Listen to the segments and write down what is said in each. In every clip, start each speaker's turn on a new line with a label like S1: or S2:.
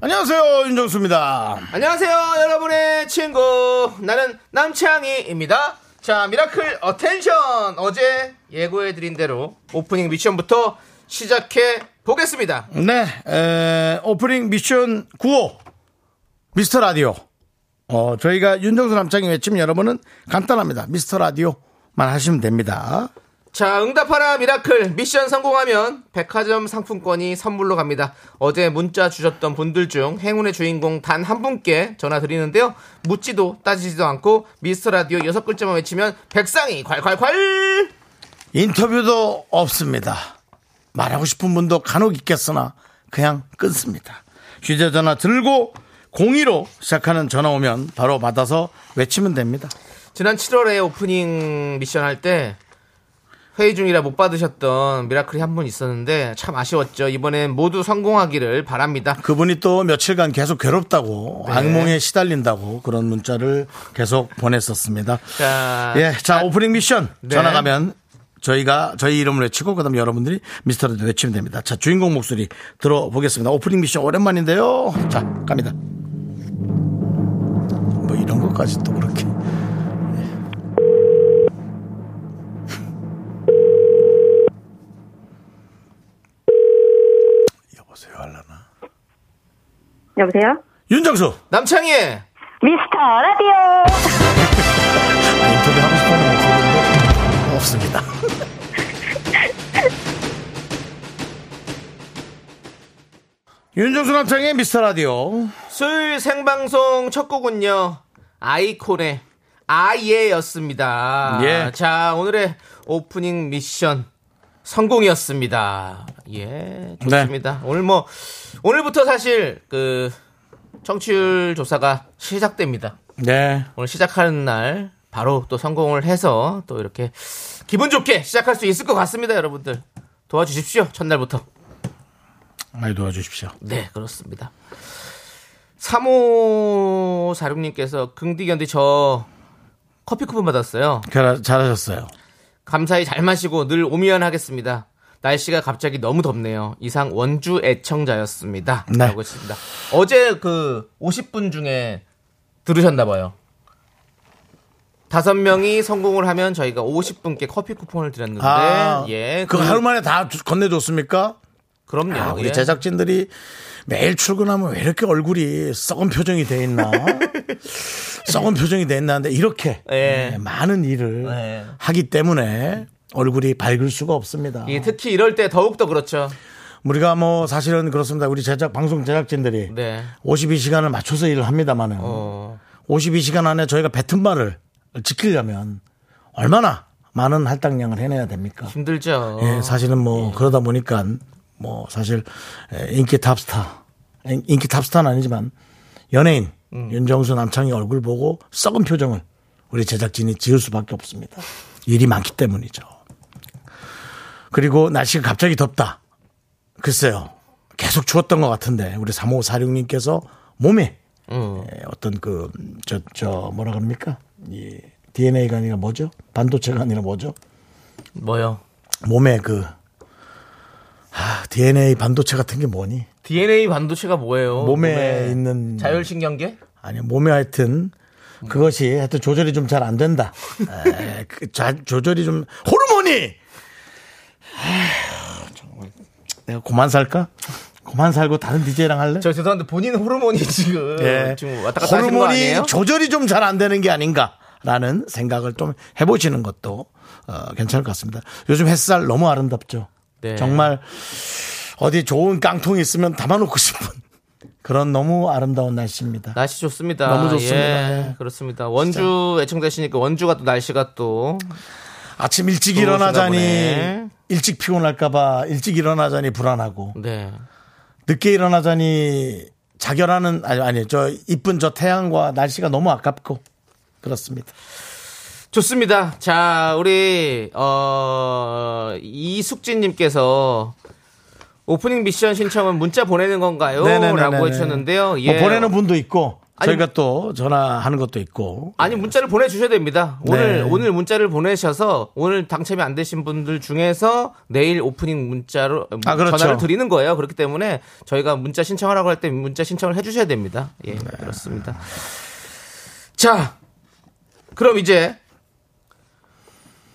S1: 안녕하세요 윤정수입니다
S2: 안녕하세요, 여러분의 친구. 나는 남창희입니다. 자, 미라클 어텐션. 어제 예고해드린 대로 오프닝 미션부터 시작해 보겠습니다.
S1: 네 에, 오프닝 미션 9호 미스터 라디오 어, 저희가 윤정수 남창이 외침 여러분은 간단합니다 미스터 라디오만 하시면 됩니다
S2: 자, 응답하라 미라클 미션 성공하면 백화점 상품권이 선물로 갑니다. 어제 문자 주셨던 분들 중 행운의 주인공 단 한 분께 전화 드리는데요. 묻지도 따지지도 않고 미스터 라디오 여섯 글자만 외치면 백상이 콸콸콸!
S1: 인터뷰도 없습니다. 말하고 싶은 분도 간혹 있겠으나 그냥 끊습니다. 휴대전화 들고 02로 시작하는 전화 오면 바로 받아서 외치면 됩니다.
S2: 지난 7월에 오프닝 미션 할 때 회의 중이라 못 받으셨던 미라클이 한 분 있었는데 참 아쉬웠죠. 이번엔 모두 성공하기를 바랍니다. 네.
S1: 그분이 또 며칠간 계속 괴롭다고 악몽에 시달린다고 그런 문자를 계속 보냈었습니다.
S2: 자,
S1: 예, 자 오프닝 미션
S2: 네.
S1: 전화 가면 저희가 저희 이름을 외치고 그다음 여러분들이 미스터를 외치면 됩니다. 자 주인공 목소리 들어보겠습니다. 오프닝 미션 오랜만인데요. 자 갑니다. 뭐 이런 것까지 또 그렇게. 예. 여보세요 할라나.
S3: 여보세요?
S1: 윤정수
S2: 남창희의
S3: 미스터 라디오!
S1: 아, 인터뷰 하고 싶어하는 목소리인데 없습니다. 윤정수 남창의 미스터 라디오.
S2: 수요일 생방송 첫 곡은요. 아이콘의 아예였습니다.
S1: 예.
S2: 자, 오늘의 오프닝 미션 성공이었습니다. 예, 좋습니다. 오늘 뭐 오늘부터 사실 그 청취율 조사가 시작됩니다.
S1: 네.
S2: 오늘 시작하는 날 바로 또 성공을 해서 또 이렇게 기분 좋게 시작할 수 있을 것 같습니다, 여러분들. 도와주십시오. 첫날부터.
S1: 많이 도와주십시오.
S2: 네, 그렇습니다. 3546님께서 긍디견디 저 커피 쿠폰 받았어요.
S1: 잘- 잘하셨어요.
S2: 감사히 잘 마시고 늘 오미연하겠습니다. 날씨가 갑자기 너무 덥네요. 이상 원주 애청자였습니다.
S1: 네.
S2: 라고 했습니다. 어제 그 50분 중에 들으셨나 봐요. 다섯 명이 성공을 하면 저희가 50분께 커피 쿠폰을 드렸는데
S1: 아,
S2: 예.
S1: 그 아,
S2: 그-
S1: 하루 만에 다 주- 건네줬습니까?
S2: 그럼요.
S1: 야, 우리
S2: 예.
S1: 제작진들이 매일 출근하면 왜 이렇게 얼굴이 썩은 표정이 돼 있나? 썩은 표정이 돼 있나? 는데 이렇게
S2: 예.
S1: 네, 많은 일을
S2: 예.
S1: 하기 때문에 얼굴이 밝을 수가 없습니다.
S2: 예, 특히 이럴 때 더욱 더 그렇죠.
S1: 우리가 뭐 사실은 그렇습니다. 우리 제작 방송 제작진들이
S2: 네.
S1: 52시간을 맞춰서 일을 합니다만은
S2: 어.
S1: 52시간 안에 저희가 뱉은 말을 지키려면 얼마나 많은 할당량을 해내야 됩니까?
S2: 힘들죠.
S1: 예, 사실은 뭐 그러다 보니까 뭐 사실 에, 인기 탑스타 인- 인기 탑스타는 아니지만 연예인 윤정수 남창희 얼굴 보고 썩은 표정을 우리 제작진이 지을 수밖에 없습니다. 일이 많기 때문이죠. 그리고 날씨가 갑자기 덥다. 글쎄요. 계속 추웠던 것 같은데 우리 3546님께서 몸에 에, 어떤 그 저 저 뭐라 그럽니까? 이 DNA가 아니라 뭐죠? 반도체가 아니라 뭐죠?
S2: 뭐요?
S1: 몸에 그 아, DNA 반도체 같은 게 뭐니?
S2: DNA 반도체가 뭐예요?
S1: 몸에 있는-
S2: 자율신경계?
S1: 아니 몸에 하여튼 그것이 하여튼 조절이 좀 잘 안 된다. 에, 그 자- 조절이 좀 호르몬이. 아휴, 정말. 내가 고만 살까? 고만 살고 다른 DJ랑 할래?
S2: 저 죄송한데 본인 호르몬이 지금
S1: 예.
S2: 어, 지금 왔다 갔다 하시는 거
S1: 호르몬이
S2: 아니에요?
S1: 조절이 좀 잘 안 되는 게 아닌가라는 생각을 좀 해보시는 것도 어, 괜찮을 것 같습니다. 요즘 햇살 너무 아름답죠.
S2: 네.
S1: 정말 어디 좋은 깡통이 있으면 담아놓고 싶은 그런 너무 아름다운 날씨입니다.
S2: 날씨 좋습니다.
S1: 너무 좋습니다.
S2: 예,
S1: 예.
S2: 그렇습니다. 원주 애청자시니까 원주가 또 날씨가 또
S1: 아침 일찍
S2: 너무
S1: 일어나자니
S2: 좋나 보네.
S1: 일찍 피곤할까봐 일찍 일어나자니 불안하고
S2: 네.
S1: 늦게 일어나자니 자결하는 아니 아니 저 이쁜 저 태양과 날씨가 너무 아깝고 그렇습니다.
S2: 좋습니다. 자, 우리 어 이숙진 님께서 오프닝 미션 신청은 문자 보내는 건가요?
S1: 네네네네네.
S2: 라고 해 주셨는데요. 예.
S1: 뭐 보내는 분도 있고
S2: 아니,
S1: 저희가 또 전화하는 것도 있고
S2: 아니 문자를 보내 주셔야 됩니다. 오늘
S1: 네.
S2: 오늘 문자를 보내셔서 오늘 당첨이 안 되신 분들 중에서 내일 오프닝 문자로
S1: 아, 그렇죠.
S2: 음, 전화를 드리는 거예요. 그렇기 때문에 저희가 문자 신청하라고 할 때 문자 신청을 해 주셔야 됩니다. 예,
S1: 네.
S2: 그렇습니다. 자. 그럼 이제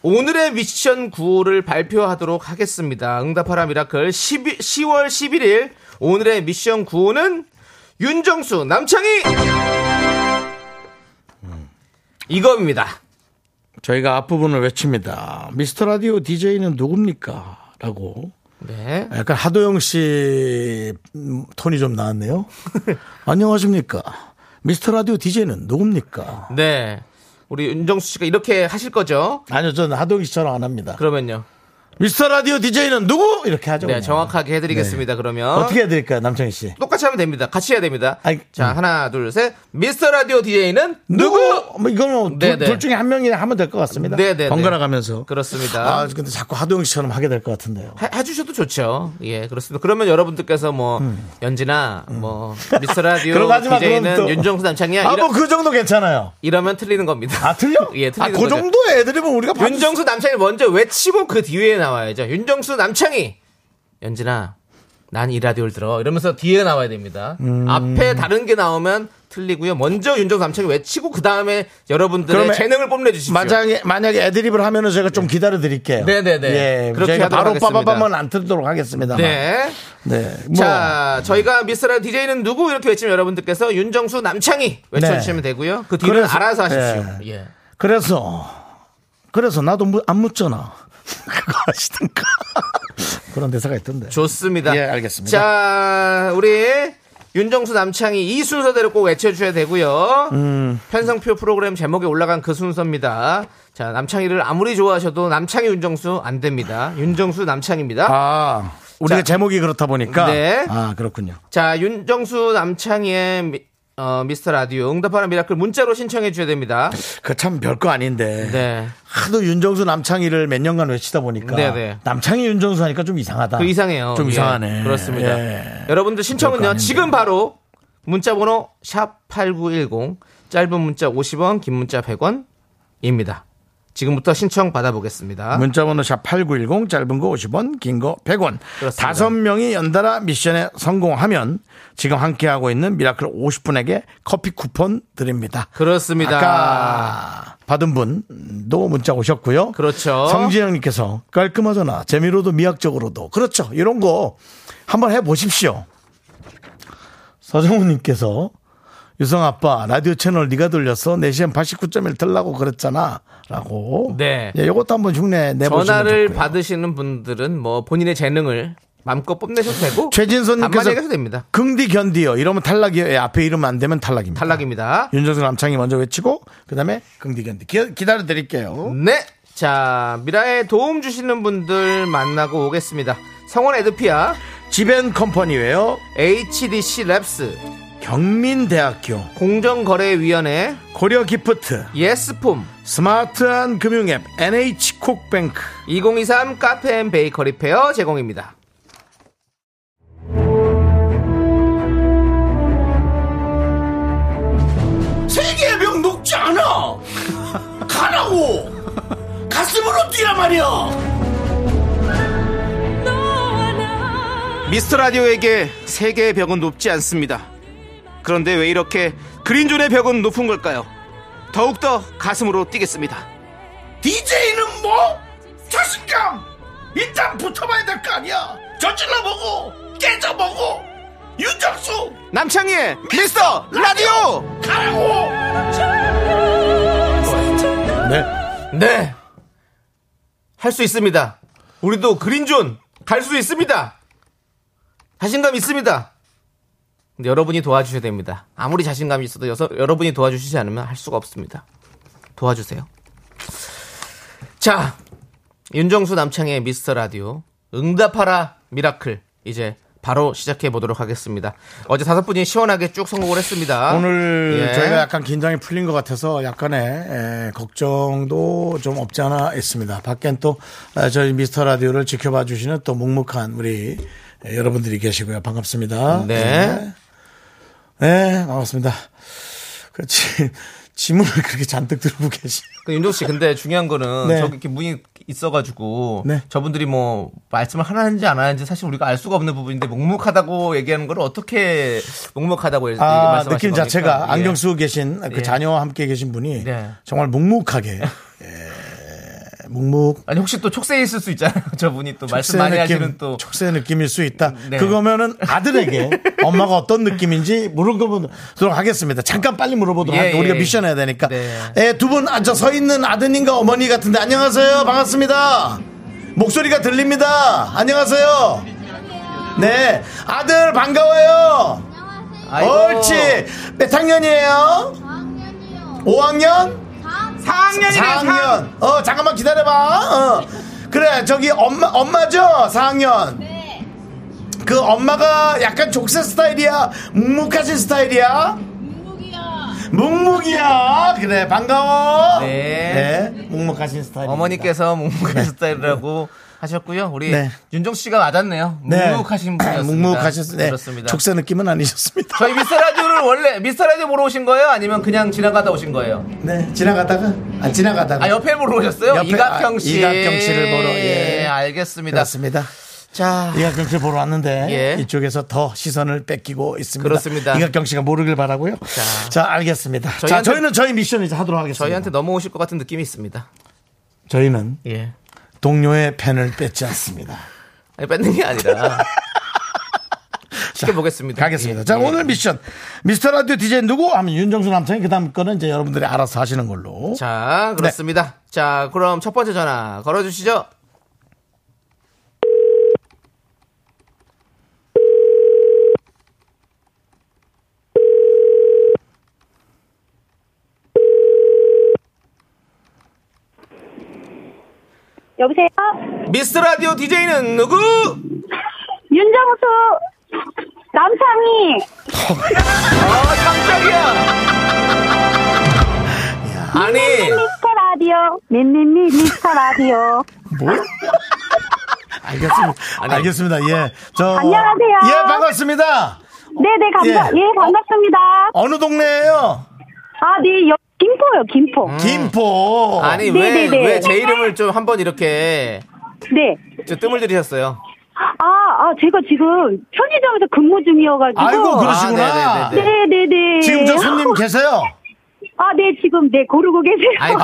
S2: 오늘의 미션 구호를 발표하도록 하겠습니다. 응답하라 미라클 10일, 10월 11일 오늘의 미션 구호는 윤정수 남창희
S1: 음.
S2: 이겁니다.
S1: 저희가 앞부분을 외칩니다. 미스터 라디오 DJ는 누굽니까? 라고
S2: 네.
S1: 약간 하도영 씨 음, 톤이 좀 나왔네요. 안녕하십니까? 미스터 라디오 DJ는 누굽니까?
S2: 네. 우리 윤정수 씨가 이렇게 하실 거죠?
S1: 아니요, 저는 하도영 씨처럼 안 합니다.
S2: 그러면요.
S1: 미스터 라디오 DJ는 누구? 이렇게 하죠.
S2: 네,
S1: 그냥.
S2: 정확하게 해드리겠습니다. 그러면
S1: 네. 어떻게 해드릴까요, 남창희 씨?
S2: 똑같이 하면 됩니다. 같이 해야 됩니다.
S1: 아이,
S2: 자,
S1: 음.
S2: 하나, 둘, 셋. 미스터 라디오 DJ는 누구?
S1: 뭐 이건 뭐
S2: 네,
S1: 둘,
S2: 네.
S1: 둘 중에 한 명이 하면 될 것 같습니다.
S2: 네, 네,
S1: 번갈아
S2: 네.
S1: 가면서.
S2: 그렇습니다.
S1: 아, 근데 자꾸 하도영 씨처럼 하게 될 것 같은데요.
S2: 해, 해주셔도 좋죠. 예, 그렇습니다. 그러면 여러분들께서 뭐 연진아, 뭐 미스터 라디오
S1: 음. 그럼 하지 마, 그럼
S2: DJ는
S1: 또.
S2: 윤정수 남창이야.
S1: 아,
S2: 이러,
S1: 뭐 그 정도 괜찮아요.
S2: 이러면 틀리는 겁니다.
S1: 아, 틀려?
S2: 예,
S1: 아,
S2: 틀리는
S1: 그
S2: 거죠.
S1: 정도의 애드립은 우리가 봐줄 수-
S2: 윤정수 남창이 먼저 외치고 그 뒤에 나와야죠. 윤정수 남창이 연진아, 난 이 라디오를 들어 이러면서 뒤에 나와야 됩니다.
S1: 음.
S2: 앞에 다른 게 나오면 틀리고요. 먼저 윤정수 남창이 외치고 그 다음에 여러분들의
S1: 그러면
S2: 재능을 뽐내주십시오.
S1: 만약에 만약에 애드립을 하면은 제가 좀 기다려 드릴게요.
S2: 네네네.
S1: 예,
S2: 그렇게
S1: 저희가
S2: 하도록
S1: 바로
S2: 하겠습니다.
S1: 빠바밤은 안 틀도록 하겠습니다.
S2: 네.
S1: 네. 뭐
S2: 자, 저희가 미스라 DJ는 누구 이렇게 외치면 여러분들께서 윤정수 남창희 외쳐주시면 되고요. 그 뒤는
S1: 네. 그래서- 네.
S2: 알아서 하십시오. 예.
S1: 그래서 그래서 나도 무- 안 묻잖아. 그거 하시든가. 그런 대사가 있던데.
S2: 좋습니다.
S1: 예, 알겠습니다.
S2: 자, 우리 윤정수 남창희 이 순서대로 꼭 외쳐주셔야 되고요.
S1: 음.
S2: 편성표 프로그램 제목에 올라간 그 순서입니다. 자, 남창희를 아무리 좋아하셔도 남창희 윤정수 안 됩니다. 윤정수 남창희입니다.
S1: 아, 우리가
S2: 자.
S1: 제목이 그렇다 보니까
S2: 네.
S1: 아, 그렇군요.
S2: 자, 윤정수 남창희의 미, 스터 라디오 응답하라 미라클 문자로 신청해 주셔야 됩니다.
S1: 그 참 별거 아닌데.
S2: 네.
S1: 하도 윤정수 남창희를 몇 년간 외치다 보니까
S2: 네네.
S1: 남창희 윤정수 하니까 좀 이상하다.
S2: 그 이상해요.
S1: 아, 좀
S2: 예,
S1: 이상하네.
S2: 그렇습니다.
S1: 예.
S2: 여러분들
S1: 그럴
S2: 신청은요.
S1: 거
S2: 지금 바로 문자 번호 샵 8910 짧은 문자 50원, 긴 문자 100원입니다. 지금부터 신청 받아보겠습니다.
S1: 문자번호 샵 8910 짧은 거 50원 긴 거 100원
S2: 그렇습니다.
S1: 다섯 명이 연달아 미션에 성공하면 지금 함께하고 있는 미라클 50분에게 커피 쿠폰 드립니다
S2: 그렇습니다.
S1: 아까 받은 분도 문자 오셨고요
S2: 그렇죠.
S1: 성진영님께서 깔끔하잖아 재미로도 미학적으로도 그렇죠 이런 거 한번 해보십시오 서정훈님께서 유성 아빠 라디오 채널 네가 돌렸어 4시엔 89.1 틀라고 그랬잖아 라고
S2: 네.
S1: 예, 요것도 한번 흉내 내보시면
S2: 전화를
S1: 좋고요.
S2: 받으시는 분들은 뭐 본인의 재능을 마음껏 뽐내셔도 되고
S1: 최진선님께서
S2: 반만 얘기해도 됩니다.
S1: 긍디 견디요 이러면 탈락이에요 예, 앞에 이름 안 되면 탈락입니다
S2: 탈락입니다.
S1: 윤정수 남창이 먼저 외치고 그 다음에 긍디 견디 기, 기다려 드릴게요
S2: 네. 자, 미라에 도움 주시는 분들 만나고 오겠습니다. 성원 에드피아,
S1: 지벤컴퍼니웨어
S2: HDC 랩스,
S1: 경민대학교
S2: 공정거래위원회,
S1: 고려기프트
S2: 예스폼,
S1: 스마트한 금융앱 NH콕뱅크
S2: 2023 카페 앤 베이커리 페어 제공입니다.
S1: 세계의 병 녹지 않아 가라고 가슴으로 뛰란 말이야
S2: 미스터 라디오에게 세계의 벽은 높지 않습니다. 그런데 왜 이렇게 그린존의 벽은 높은 걸까요? 더욱더 가슴으로 뛰겠습니다.
S1: DJ는 뭐? 자신감 일단 붙어봐야 될 거 아니야 저질러보고 깨져보고 윤정수
S2: 남창희의 미스터 라디오!
S1: 가라고 네
S2: 네! 할 수 있습니다. 우리도 그린존 갈 수 있습니다. 자신감 있습니다. 근데 여러분이 도와주셔야 됩니다. 아무리 자신감이 있어도 여서, 여러분이 도와주시지 않으면 할 수가 없습니다. 도와주세요. 자, 윤정수 남창의 미스터 라디오 응답하라 미라클 이제 바로 시작해 보도록 하겠습니다. 어제 다섯 분이 시원하게 쭉 선곡을 했습니다.
S1: 오늘
S2: 예.
S1: 저희가 약간 긴장이 풀린 것 같아서 약간의 에, 걱정도 좀 없지 않아 있습니다. 밖엔 또 아, 저희 미스터 라디오를 지켜봐 주시는 또 묵묵한 우리 에, 여러분들이 계시고요. 반갑습니다. 예.
S2: 네.
S1: 네, 네, 반갑습니다. 그렇지. 지문을 그렇게 잔뜩 들고 계시.
S2: 그 윤종 씨 근데 중요한 거는
S1: 네.
S2: 저기 이렇게 문이 있어가지고
S1: 네.
S2: 저분들이 뭐 말씀을 하는지 안 하는지 사실 우리가 알 수가 없는 부분인데 묵묵하다고 얘기하는 걸 어떻게 묵묵하다고 얘기-
S1: 아,
S2: 말씀하신
S1: 느낌
S2: 겁니까?
S1: 자체가
S2: 예.
S1: 안경 쓰고 계신 그
S2: 예.
S1: 자녀와 함께 계신 분이
S2: 네.
S1: 정말 묵묵하게 예, 묵묵
S2: 아니 혹시 또 촉새 있을 수 있잖아요. 저분이 또 말씀
S1: 촉새의
S2: 많이
S1: 느낌,
S2: 하시는 또
S1: 촉새의 느낌일 수 있다.
S2: 네.
S1: 그거면은 아들에게 엄마가 어떤 느낌인지 물어보도록 하겠습니다. 잠깐 빨리 물어보도록
S2: 예,
S1: 할게요.
S2: 예,
S1: 우리가
S2: 예.
S1: 미션 해야 되니까. 예,
S2: 네.
S1: 두 분 앉아 서 있는 아드님과 어머니 같은데 안녕하세요. 반갑습니다. 목소리가 들립니다. 안녕하세요. 네. 아들 반가워요.
S2: 아이고.
S1: 옳지. 몇 학년이에요? 5학년?
S2: 4학년이네
S1: 4학년. 어, 잠깐만 기다려봐. 어. 그래, 저기 엄마, 엄마죠? 4학년. 그 엄마가 약간 족쇄 스타일이야? 묵묵하신 스타일이야? 묵묵이야. 묵묵이야. 그래, 반가워.
S2: 네.
S1: 네, 묵묵하신 스타일.
S2: 어머니께서 묵묵한 스타일이라고 하셨고요. 우리
S1: 네.
S2: 윤종 씨가 맞았네요. 묵묵하신 분이었습니다.
S1: 아, 묵묵하셨, 네.
S2: 그렇습니다.
S1: 족쇄 느낌은 아니셨습니다.
S2: 저희 미스터 라디오를 원래 미스터 라디오 보러 오신 거예요? 아니면 그냥 지나가다 오신 거예요?
S1: 네, 지나가다가, 아, 지나가다가.
S2: 아 옆에 보러 오셨어요?
S1: 옆에,
S2: 이각경
S1: 아,
S2: 씨.
S1: 이각경 씨를 보러, 예.
S2: 알겠습니다.
S1: 그렇습니다.
S2: 자,
S1: 이각경 씨를 보러 왔는데
S2: 예.
S1: 이쪽에서 더 시선을 뺏기고 있습니다.
S2: 그렇습니다.
S1: 이각경 씨가 모르길 바라고요. 자, 알겠습니다. 자,
S2: 저희한테-
S1: 저희는 저희 미션 이제 하도록 하겠습니다.
S2: 저희한테 넘어오실 것 같은 느낌이 있습니다.
S1: 저희는
S2: 예.
S1: 동료의 펜을 뺏지 않습니다.
S2: 아니, 뺏는 게 아니라. 쉽게 보겠습니다.
S1: 가겠습니다.
S2: 예,
S1: 자,
S2: 예.
S1: 오늘 미션 미스터 라디오 DJ 누구 하면 윤정수 남창이 그다음 거는 이제 여러분들이 알아서 하시는 걸로.
S2: 자, 그렇습니다.
S1: 네.
S2: 자, 그럼 첫 번째 전화 걸어주시죠.
S3: 여보세요?
S2: 미스터 라디오 DJ는 누구?
S3: 윤정수! 남창희!
S2: 아, 깜짝이야. 아니,
S3: 미스터 라디오! 미미미 미스터 라디오!
S1: 알겠습니다. 알겠습니다. 예. 저
S3: 안녕하세요.
S1: 예, 반갑습니다.
S3: 네네, 감사,
S1: 예.
S3: 예, 반갑습니다.
S1: 어느 동네예요?
S3: 아, 네, 여, 김포요, 김포.
S1: 음. 김포.
S2: 아니
S3: 네,
S2: 왜
S3: 네, 네.
S2: 왜 제 이름을 좀 한번 이렇게
S3: 네.
S2: 저 뜸을 들이셨어요?
S3: 아, 아, 제가 지금 편의점에서 근무 중이어가지고.
S1: 아이고, 그러시구나.
S2: 아, 네, 네, 네, 네.
S3: 네네네.
S1: 지금 저 손님 계세요?
S3: 아, 네, 지금, 네, 고르고 계세요.
S2: 아이,
S1: 아,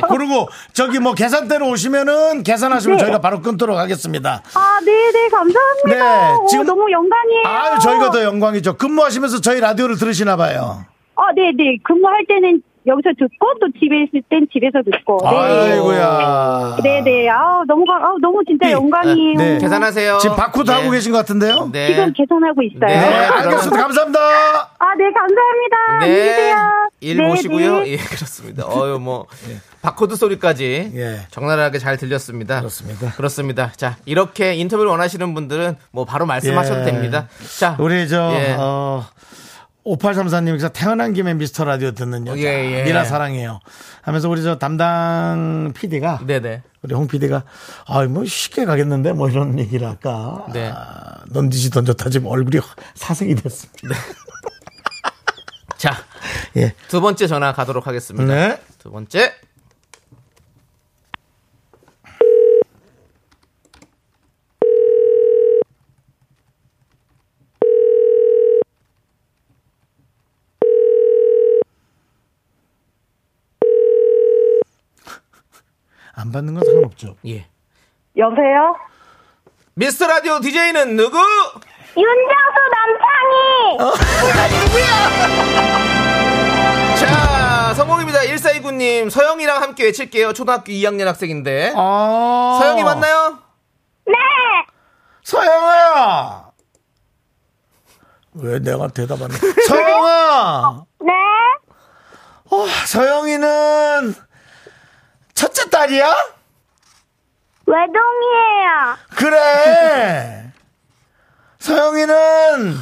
S2: 그런데
S1: 그리고 저기 뭐 계산대로 오시면은 계산하시면
S3: 네.
S1: 저희가 바로 끊도록 하겠습니다.
S3: 아, 네네, 감사합니다.
S1: 네,
S3: 오,
S1: 지금-
S3: 너무 영광이에요.
S1: 아유, 저희가 더 영광이죠. 근무하시면서 저희 라디오를 들으시나 봐요.
S3: 아, 네네. 근무할 때는 여기서 듣고 또 집에 있을 땐 집에서 듣고.
S2: 아.
S3: 네.
S1: 아이고야.
S3: 네네. 아우 너무 가- 아우 너무 진짜
S1: 네.
S3: 영광이에요.
S1: 네.
S2: 아, 계산하세요.
S1: 지금 바코드
S2: 네.
S1: 하고 계신 것 같은데요?
S2: 네.
S3: 지금 계산하고 있어요.
S1: 네,
S2: 네,
S1: 알겠습니다. 감사합니다.
S3: 아, 네, 감사합니다. 안녕히
S2: 네.
S3: 계세요.
S2: 일
S3: 네,
S2: 모시고요.
S3: 네.
S2: 예, 그렇습니다. 어유 뭐 바코드 소리까지
S1: 예.
S2: 적나라하게 잘 들렸습니다.
S1: 그렇습니다.
S2: 그렇습니다. 자, 이렇게 인터뷰를 원하시는 분들은 뭐 바로 말씀하셔도
S1: 예.
S2: 됩니다. 자,
S1: 우리 저,
S2: 예.
S1: 어, 5834님께서 태어난 김에 미스터 라디오 듣는 여자.
S2: 예, 예.
S1: 미라 사랑해요. 하면서 우리 저 담당 PD가
S2: 네, 네.
S1: 우리 홍 PD가 아 뭐 쉽게 가겠는데 뭐 이런 얘기를 아까
S2: 네.
S1: 아, 넌지시 던졌다 지금 얼굴이 사색이 됐습니다.
S2: 자,
S1: 예.
S2: 두 번째 전화 가도록 하겠습니다.
S1: 네.
S2: 두 번째.
S1: 안 받는 건 상관없죠.
S2: 예.
S3: 여보세요?
S2: 미스터 라디오 DJ는 누구?
S3: 윤정수 남창희!
S2: 어? 자, 성공입니다. 1429님, 서영이랑 함께 외칠게요. 초등학교 2학년 학생인데.
S1: 아.
S2: 서영이 맞나요?
S3: 네!
S1: 서영아! 왜 내가 대답 안 해? 서영아!
S3: 네!
S1: 어, 서영이는 첫째 딸이야?
S3: 외동이에요.
S1: 그래! 서영이는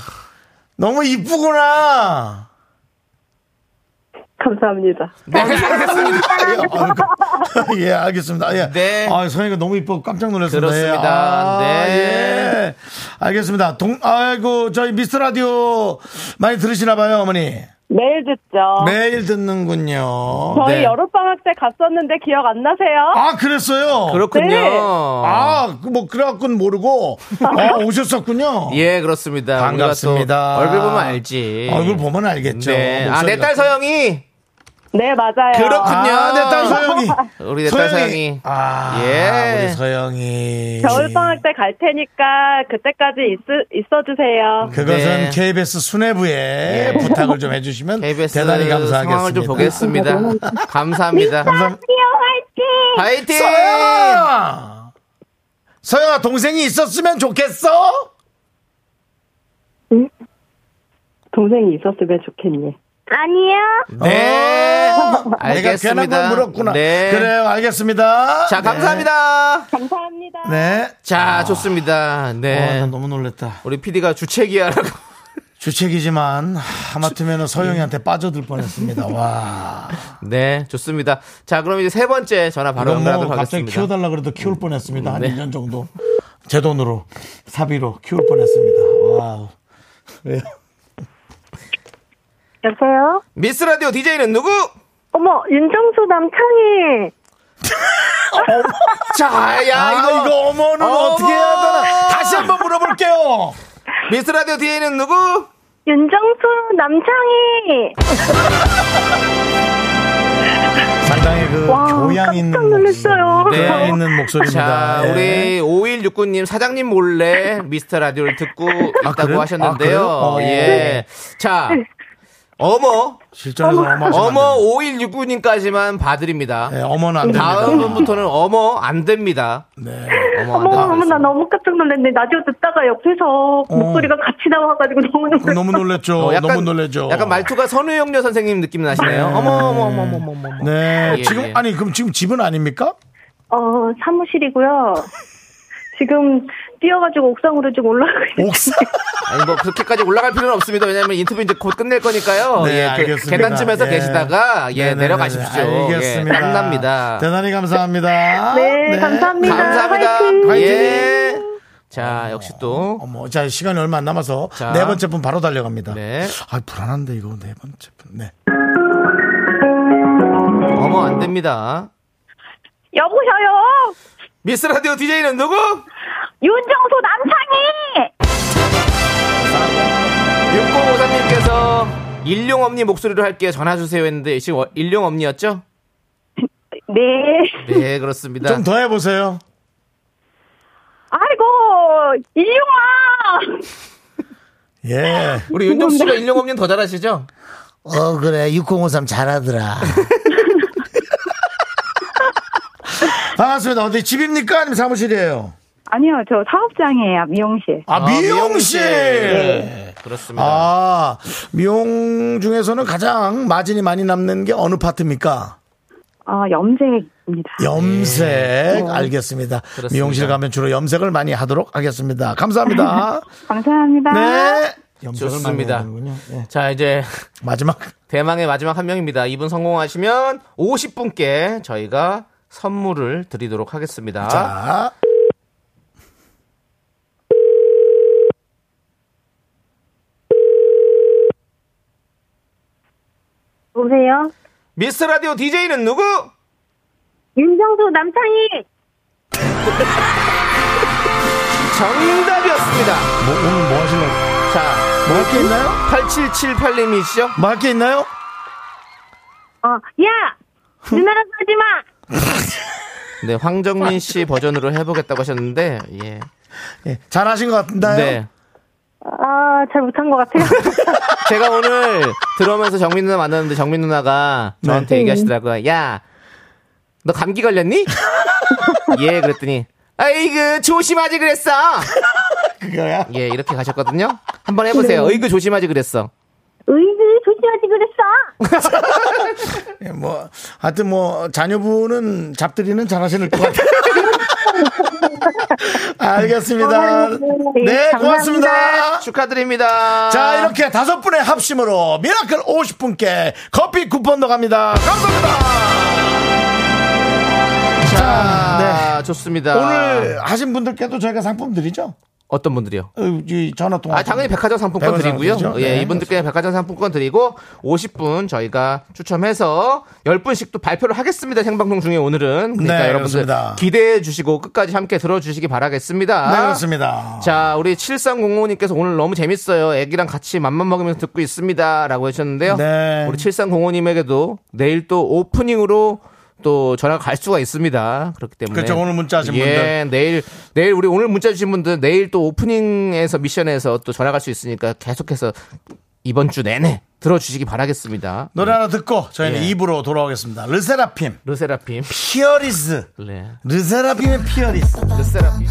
S1: 너무 이쁘구나.
S4: 감사합니다.
S2: 네, 알겠습니다.
S1: 아, 그- 예, 알겠습니다. 예.
S2: 네.
S1: 아, 서영이가 너무 이뻐 깜짝 놀랐습니다.
S2: 그렇습니다.
S1: 예. 아,
S2: 네.
S1: 예. 알겠습니다. 동, 아이고, 저희 미스터 라디오 많이 들으시나 봐요, 어머니.
S4: 매일 듣죠.
S1: 매일 듣는군요.
S4: 저희
S2: 네.
S4: 여름방학 때 갔었는데 기억 안 나세요?
S1: 아, 그랬어요?
S2: 그렇군요.
S4: 네.
S1: 아, 그 뭐, 그래갖고는 모르고, 아, 오셨었군요.
S2: 예, 그렇습니다. 우리가
S1: 반갑습니다.
S2: 또 얼굴 보면 알지.
S1: 얼굴 아, 보면 알겠죠.
S2: 네. 아, 내 딸 서영이.
S4: 네, 맞아요.
S2: 그렇군요.
S1: 아, 내 딸 서영이.
S2: 우리 내 딸 서영이.
S1: 아,
S2: 예.
S1: 우리 서영이.
S4: 겨울방학 때 갈 테니까 그때까지 있, 어주세요
S1: 그것은
S2: 네.
S1: KBS 수뇌부에
S2: 예.
S1: 부탁을 좀 해주시면
S2: KBS
S1: 대단히 감사하겠습니다.
S2: 상황을 좀 보겠습니다. 감사합니다.
S1: 감사합니다.
S2: 화이팅!
S1: 서영아! 서영아, 동생이 있었으면 좋겠어?
S4: 동생이 있었으면 좋겠니?
S2: 네.
S1: 어, 내가
S2: 알겠습니다.
S1: 괜한 걸 물었구나.
S2: 네.
S1: 그래요, 알겠습니다.
S2: 자,
S1: 네.
S2: 감사합니다.
S4: 감사합니다.
S1: 네.
S2: 자, 좋습니다.
S1: 어,
S2: 네.
S1: 난 너무 놀랬다.
S2: 우리 PD가 주책이야라고.
S1: 주책이지만, 하마터면 서영이한테 빠져들 뻔했습니다. 와.
S2: 네, 좋습니다. 자, 그럼 이제 세 번째 전화 바로
S1: 이건 뭐
S2: 연결하도록
S1: 갑자기
S2: 하겠습니다.
S1: 키워달라 그래도 키울 뻔했습니다. 한
S2: 네.
S1: 1년 정도 제 돈으로 사비로 키울 뻔했습니다. 와우. 왜요?
S4: 여보세요?
S2: 미스 라디오 DJ는 누구?
S4: 어머, 윤정수 남창희.
S2: 자, 야,
S1: 아, 이거,
S2: 이거,
S1: 어머는
S2: 어머!
S1: 어떻게 해야 되나? 다시 한번 물어볼게요.
S2: 미스 라디오 DJ는 누구?
S4: 윤정수 남창희.
S1: 상당히 그 교양 있는
S4: 깜짝 놀랐어요.
S1: 목소리. 교양
S2: 네.
S1: 있는 목소리입니다.
S2: 자,
S1: 예.
S2: 우리 5169님 사장님 몰래 미스터 라디오를 듣고 있다고
S1: 아, 그래요?
S2: 하셨는데요.
S1: 아, 그래요? 어.
S2: 예. 자, 어머,
S1: 실전에서 어머
S2: 어머
S1: 어머
S2: 5169님까지만 봐드립니다.
S1: 예, 어머는 안 됩니다.
S2: 다음 분부터는 어머 안 됩니다.
S1: 네.
S2: 어머 안 된다고
S4: 어머, 어머, 나
S2: 했습니다.
S4: 너무 깜짝 놀랐네. 라디오 듣다가 옆에서 목소리가 같이 나와가지고 너무
S1: 그
S4: 놀랐어.
S1: 너무 놀랬죠.
S2: 어,
S1: 너무 놀랬죠.
S2: 약간 말투가 선우영녀 선생님 느낌 나시네요. 어머 어머 어머 어머 어머. 어머.
S1: 네.
S2: 예,
S1: 지금
S2: 예.
S1: 아니 그럼 지금 집은 아닙니까?
S4: 어, 사무실이고요. 지금 뛰어가지고 옥상으로 지금 올라가고 있어요.
S1: 옥상.
S2: 아니 뭐 그렇게까지 올라갈 필요는 없습니다. 왜냐하면 인터뷰 이제 곧 끝낼 거니까요.
S1: 네,
S2: 예, 그
S1: 알겠습니다.
S2: 계단쯤에서
S1: 예.
S2: 계시다가 예
S1: 네네네.
S2: 내려가십시오.
S1: 알겠습니다.
S2: 예, 땀납니다.
S1: 대단히 감사합니다.
S4: 네, 감사합니다.
S2: 감사합니다.
S4: 화이팅!
S2: 예. 자, 역시 또.
S1: 어머, 자, 시간이 얼마 안 남아서
S2: 자.
S1: 네 번째 분 바로 달려갑니다.
S2: 네.
S1: 아, 불안한데 이거 네 번째 분. 네.
S2: 어머, 안 됩니다.
S4: 여보셔요!
S2: 미스 라디오 DJ는 누구?
S4: 윤정수 남창희!
S2: 6053님께서 일용엄니 목소리로 할게요. 전화주세요 했는데, 지금 어- 일용엄니였죠?
S4: 네.
S2: 네, 그렇습니다.
S1: 좀 더 해보세요.
S4: 아이고, 이용아!
S1: 예.
S2: 우리 윤정수 씨가 일용엄니는 더 잘하시죠?
S1: 어, 그래. 6053 잘하더라. 반갑습니다. 어디 집입니까? 아니면 사무실이에요?
S4: 아니요, 저 사업장이에요, 미용실.
S1: 아, 미용실!
S2: 네, 그렇습니다.
S1: 아, 미용 중에서는 가장 마진이 많이 남는 게 어느 파트입니까?
S4: 어, 염색입니다.
S1: 염색 네. 알겠습니다.
S2: 그렇습니다.
S1: 미용실 가면 주로 염색을 많이 하도록 하겠습니다. 감사합니다.
S4: 감사합니다.
S1: 네. 염색을
S2: 좋습니다.
S1: 많이 하는군요. 예.
S2: 자, 이제
S1: 마지막
S2: 대망의 마지막 한 명입니다. 이분 성공하시면 50분께 저희가 선물을 드리도록 하겠습니다.
S1: 자
S4: 보세요.
S2: 미스 라디오 DJ는 누구?
S4: 윤정수 남창희!
S2: 정답이었습니다.
S1: 뭐, 오늘 뭐 하실래요?
S2: 자,
S1: 뭐 할 게 있나요?
S2: 8778님이시죠?
S1: 뭐 할 게 있나요?
S4: 어, 야! 누나라고 하지 마!
S2: 네, 황정민 씨 버전으로 해보겠다고 하셨는데, 예.
S1: 예, 잘하신 것 같나요?
S2: 네.
S4: 아, 잘 못한 것 같아요.
S2: 제가 오늘 들어오면서 정민 누나 만났는데 정민 누나가 저한테 얘기하시더라고요. 야, 너 감기 걸렸니? 예, 그랬더니, 아이고, 조심하지 그랬어!
S1: 그거야.
S2: 예, 이렇게 가셨거든요. 한번 해보세요. 어이구, 조심하지 그랬어.
S4: 의지 조심하지 그랬어!
S1: 예, 뭐 하여튼 뭐 자녀분은 잡들이는 잘하시는 것 같아요. 알겠습니다.
S3: 네,
S1: 네,
S3: 감사합니다.
S1: 고맙습니다.
S2: 축하드립니다.
S1: 자, 이렇게 다섯 분의 합심으로 미라클 50분께 커피 쿠폰도 갑니다. 감사합니다. 자,
S2: 아, 좋습니다.
S1: 네. 오늘 하신 분들께도 저희가 상품 드리죠?
S2: 어떤 분들이요?
S1: 어, 이 전화 통화.
S2: 아, 당연히 백화점 상품권
S1: 백화점
S2: 드리고요.
S1: 상품권이죠?
S2: 예,
S1: 네,
S2: 이분들께 백화점 상품권 드리고 50분 저희가 추첨해서 10분씩 또 발표를 하겠습니다. 생방송 중에 오늘은. 그러니까
S1: 네,
S2: 여러분들
S1: 그렇습니다.
S2: 기대해 주시고 끝까지 함께 들어 주시기 바라겠습니다.
S1: 네, 그렇습니다.
S2: 아. 자, 우리 7305님께서 오늘 너무 재밌어요. 애기랑 같이 맘만 먹으면서 듣고 있습니다. 라고 하셨는데요.
S1: 네.
S2: 우리 7305님에게도 내일 또 오프닝으로 또 전화가 갈 수가 있습니다. 그렇기 때문에.
S1: 그렇죠. 오늘 문자 하신
S2: 예,
S1: 분들.
S2: 내일, 내일 우리 오늘 문자 주신 분들 내일 또 오프닝에서 미션에서 또 전화 갈 수 있으니까 계속해서 이번 주 내내 들어주시기 바라겠습니다.
S1: 노래 하나 듣고 저희는
S2: 예.
S1: 입으로 돌아오겠습니다. 르세라핌,
S2: 르세라핌.
S1: 피어리스.
S2: 네.
S1: 르세라핌의 피어리스.
S2: 르세라핌.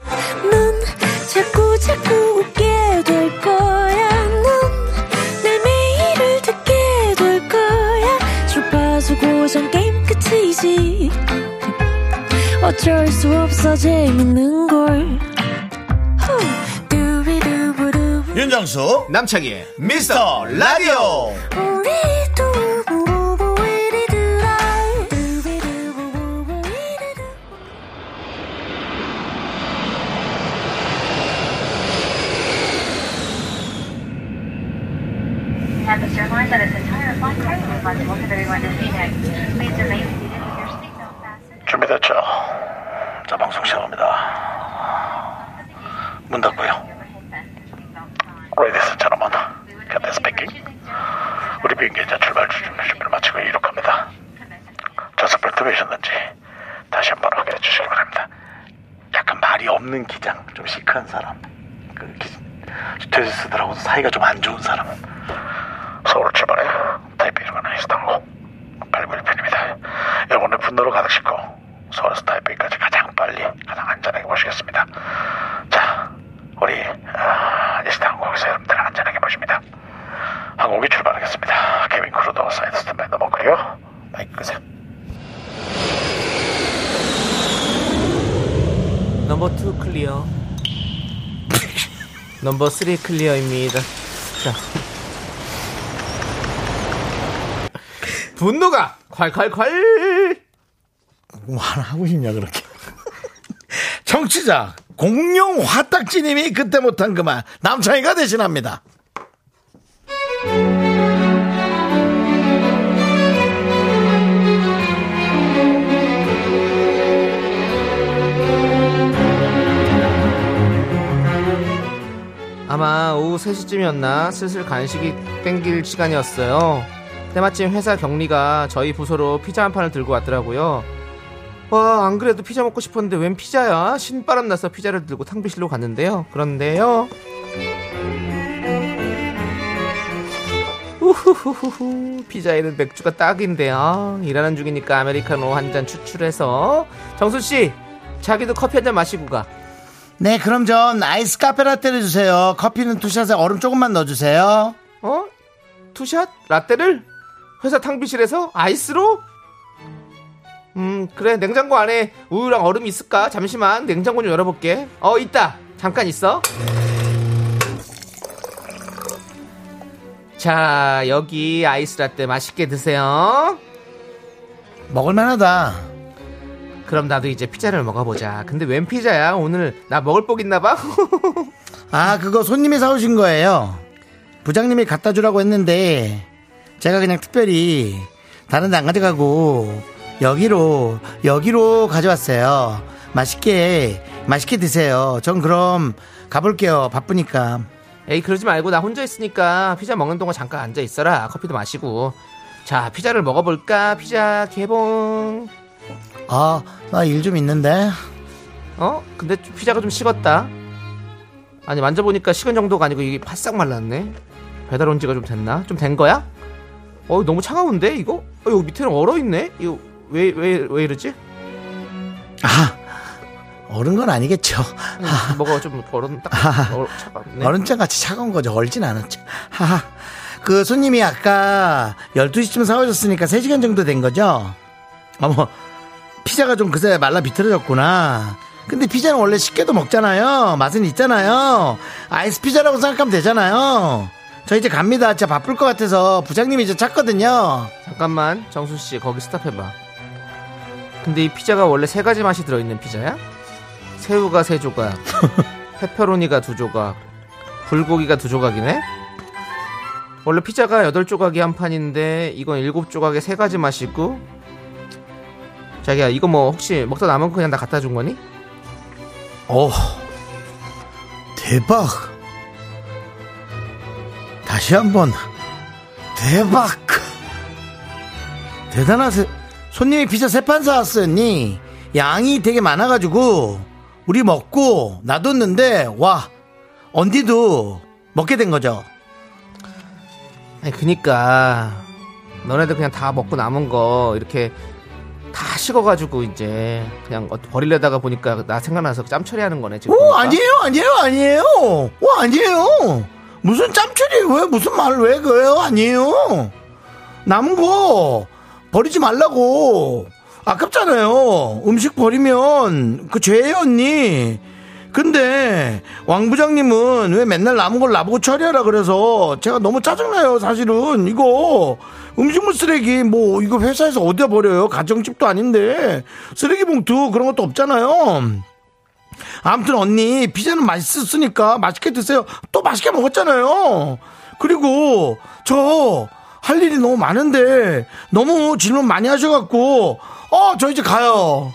S5: 넌 자꾸 자꾸 웃게 될 거야. 넌내 매일을 듣게 될 거야. 주파수 고정 게임 끝이지. 어쩔 수 없어 재밌는 걸. 후. 두비두부두.
S1: 윤정수,
S2: 남창희의
S1: 미스터 라디오.
S5: 우리 두부부부 우리들아. 두비두부부부 우리들아.
S6: Have the airline that its entire flight crew is on the book of the everyone to Phoenix. Please remain seated with your seatbelt fastened.
S7: 준비됐죠? 자, 방송 시작합니다. 문 닫고요.
S6: Overhead fastened seatbelt sign.
S7: 레이디스 차라만.
S6: We would
S7: 캡틴
S6: appreciate your
S7: 스피킹.
S6: choosing services.
S7: 우리 비행기 이제 출발 준비 준비를 마치고 이륙합니다. 저스벨트 매셨는지 다시 한 번 확인해 주시기 바랍니다. 약간 말이 없는 기장, 좀 시크한 사람. 그 기, 돼지스들하고 사이가 좀 안 좋은 사람. 서울 출발해 타이페이 가는 이스탄고 891편입니다. 여러분의 분노를 가득 싣고 서울에서 타이페이까지 가장 빨리 가장 안전하게 모시겠습니다. 자, 우리 아, 이스탄고에서 여러분들 안전하게 모십니다. 항공기 출발하겠습니다. 케빈 크루더 사이드 스탠바이 넘어클리어 마이크 끄세요.
S2: 넘버 2 클리어. 넘버 3 클리어입니다. 자. 분노가 콸콸콸!
S1: 뭐 하나 하고 싶냐 그렇게 정치자 공룡 화딱지님이 그때 못한 그 말 남창희가 대신합니다
S2: 아마 오후 3시쯤이었나 슬슬 간식이 땡길 시간이었어요. 때마침 회사 격리가 저희 부서로 피자 한 판을 들고 왔더라고요. 와, 안 그래도 피자 먹고 싶었는데 웬 피자야? 신바람 나서 피자를 들고 탕비실로 갔는데요. 그런데요. 우후후후후 피자에는 맥주가 딱인데 아 일하는 중이니까 아메리카노 한 잔 추출해서 정수씨 자기도 커피 한 잔 마시고 가
S1: 네 그럼 전 아이스 카페라떼를 주세요 커피는 투샷에 얼음 조금만 넣어주세요
S2: 어? 투샷? 라떼를? 회사 탕비실에서? 아이스로? 음, 그래. 냉장고 안에 우유랑 얼음이 있을까? 잠시만. 냉장고 좀 열어볼게. 어, 있다. 잠깐 있어. 자, 여기 아이스 라떼 맛있게 드세요.
S1: 먹을만하다
S2: 그럼 나도 이제 피자를 먹어보자. 근데 웬 피자야? 오늘 나 먹을 복 있나봐?
S1: 아 그거 손님이 사오신 거예요 부장님이 갖다 주라고 했는데 제가 그냥 특별히 다른 데 안 가져가고 여기로 여기로 가져왔어요 맛있게 맛있게 드세요 전 그럼 가볼게요 바쁘니까
S2: 에이 그러지 말고 나 혼자 있으니까 피자 먹는 동안 잠깐 앉아 있어라 커피도 마시고 자 피자를 먹어볼까 피자 개봉
S1: 아, 나 일 좀 있는데.
S2: 어 근데 좀 피자가 좀 식었다 아니 만져보니까 식은 정도가 아니고 이게 바싹 말랐네 배달 온 지가 좀 됐나 좀 된 거야 어 너무 차가운데 이거 어 이거 밑에는 얼어 있네 이거 왜 왜 왜 이러지 음,
S1: 아, 얼은 건 아니겠죠.
S2: 음, 먹어 좀 얼은 딱 얼 차가
S1: 네. 얼음장 같이 차가운 거죠. 얼진 않았죠. 하하. 그 손님이 아까 12시쯤 사오셨으니까 3시간 정도 된 거죠? 어머, 피자가 좀 그새 말라 비틀어졌구나. 근데 피자는 원래 식게도 먹잖아요. 맛은 있잖아요. 아이스 피자라고 생각하면 되잖아요. 저 이제 갑니다. 진짜 바쁠 것 같아서 부장님이 이제 찾거든요.
S2: 잠깐만 정순 씨 거기 스탑해봐. 근데 이 피자가 원래 세 가지 맛이 들어있는 피자야? 새우가 세 조각, 페퍼로니가 두 조각, 불고기가 두 조각이네. 원래 피자가 여덟 조각이 한 판인데 이건 일곱 조각에 세 가지 맛이 있고. 자기야 이거 뭐 혹시 먹다 남은 거 그냥 다 갖다 준 거니?
S1: 어, 대박. 다시 한번 대박. 대단하세. 손님이 피자 세 판 사왔으니 양이 되게 많아가지고 우리 먹고 놔뒀는데 와 언디도 먹게 된 거죠.
S2: 아니 그니까 너네들 그냥 다 먹고 남은 거 이렇게 다 식어가지고 이제 그냥 어- 버리려다가 보니까 나 생각나서 짬처리하는 거네 지금.
S1: 오
S2: 보니까.
S1: 아니에요 아니에요 아니에요. 오 아니에요. 무슨 짬철이 왜 무슨 말을 왜 그래요 아니에요. 남은 거 버리지 말라고 아깝잖아요. 음식 버리면 그 죄예요 언니. 근데 왕 부장님은 왜 맨날 남은 걸 나보고 처리하라 그래서 제가 너무 짜증나요 사실은 이거 음식물 쓰레기 뭐 이거 회사에서 어디다 버려요 가정집도 아닌데 쓰레기 봉투 그런 것도 없잖아요 아무튼 언니 피자는 맛있었으니까 맛있게 드세요. 또 맛있게 먹었잖아요. 그리고 저 할 일이 너무 많은데 너무 질문 많이 하셔갖고 어 저 이제 가요.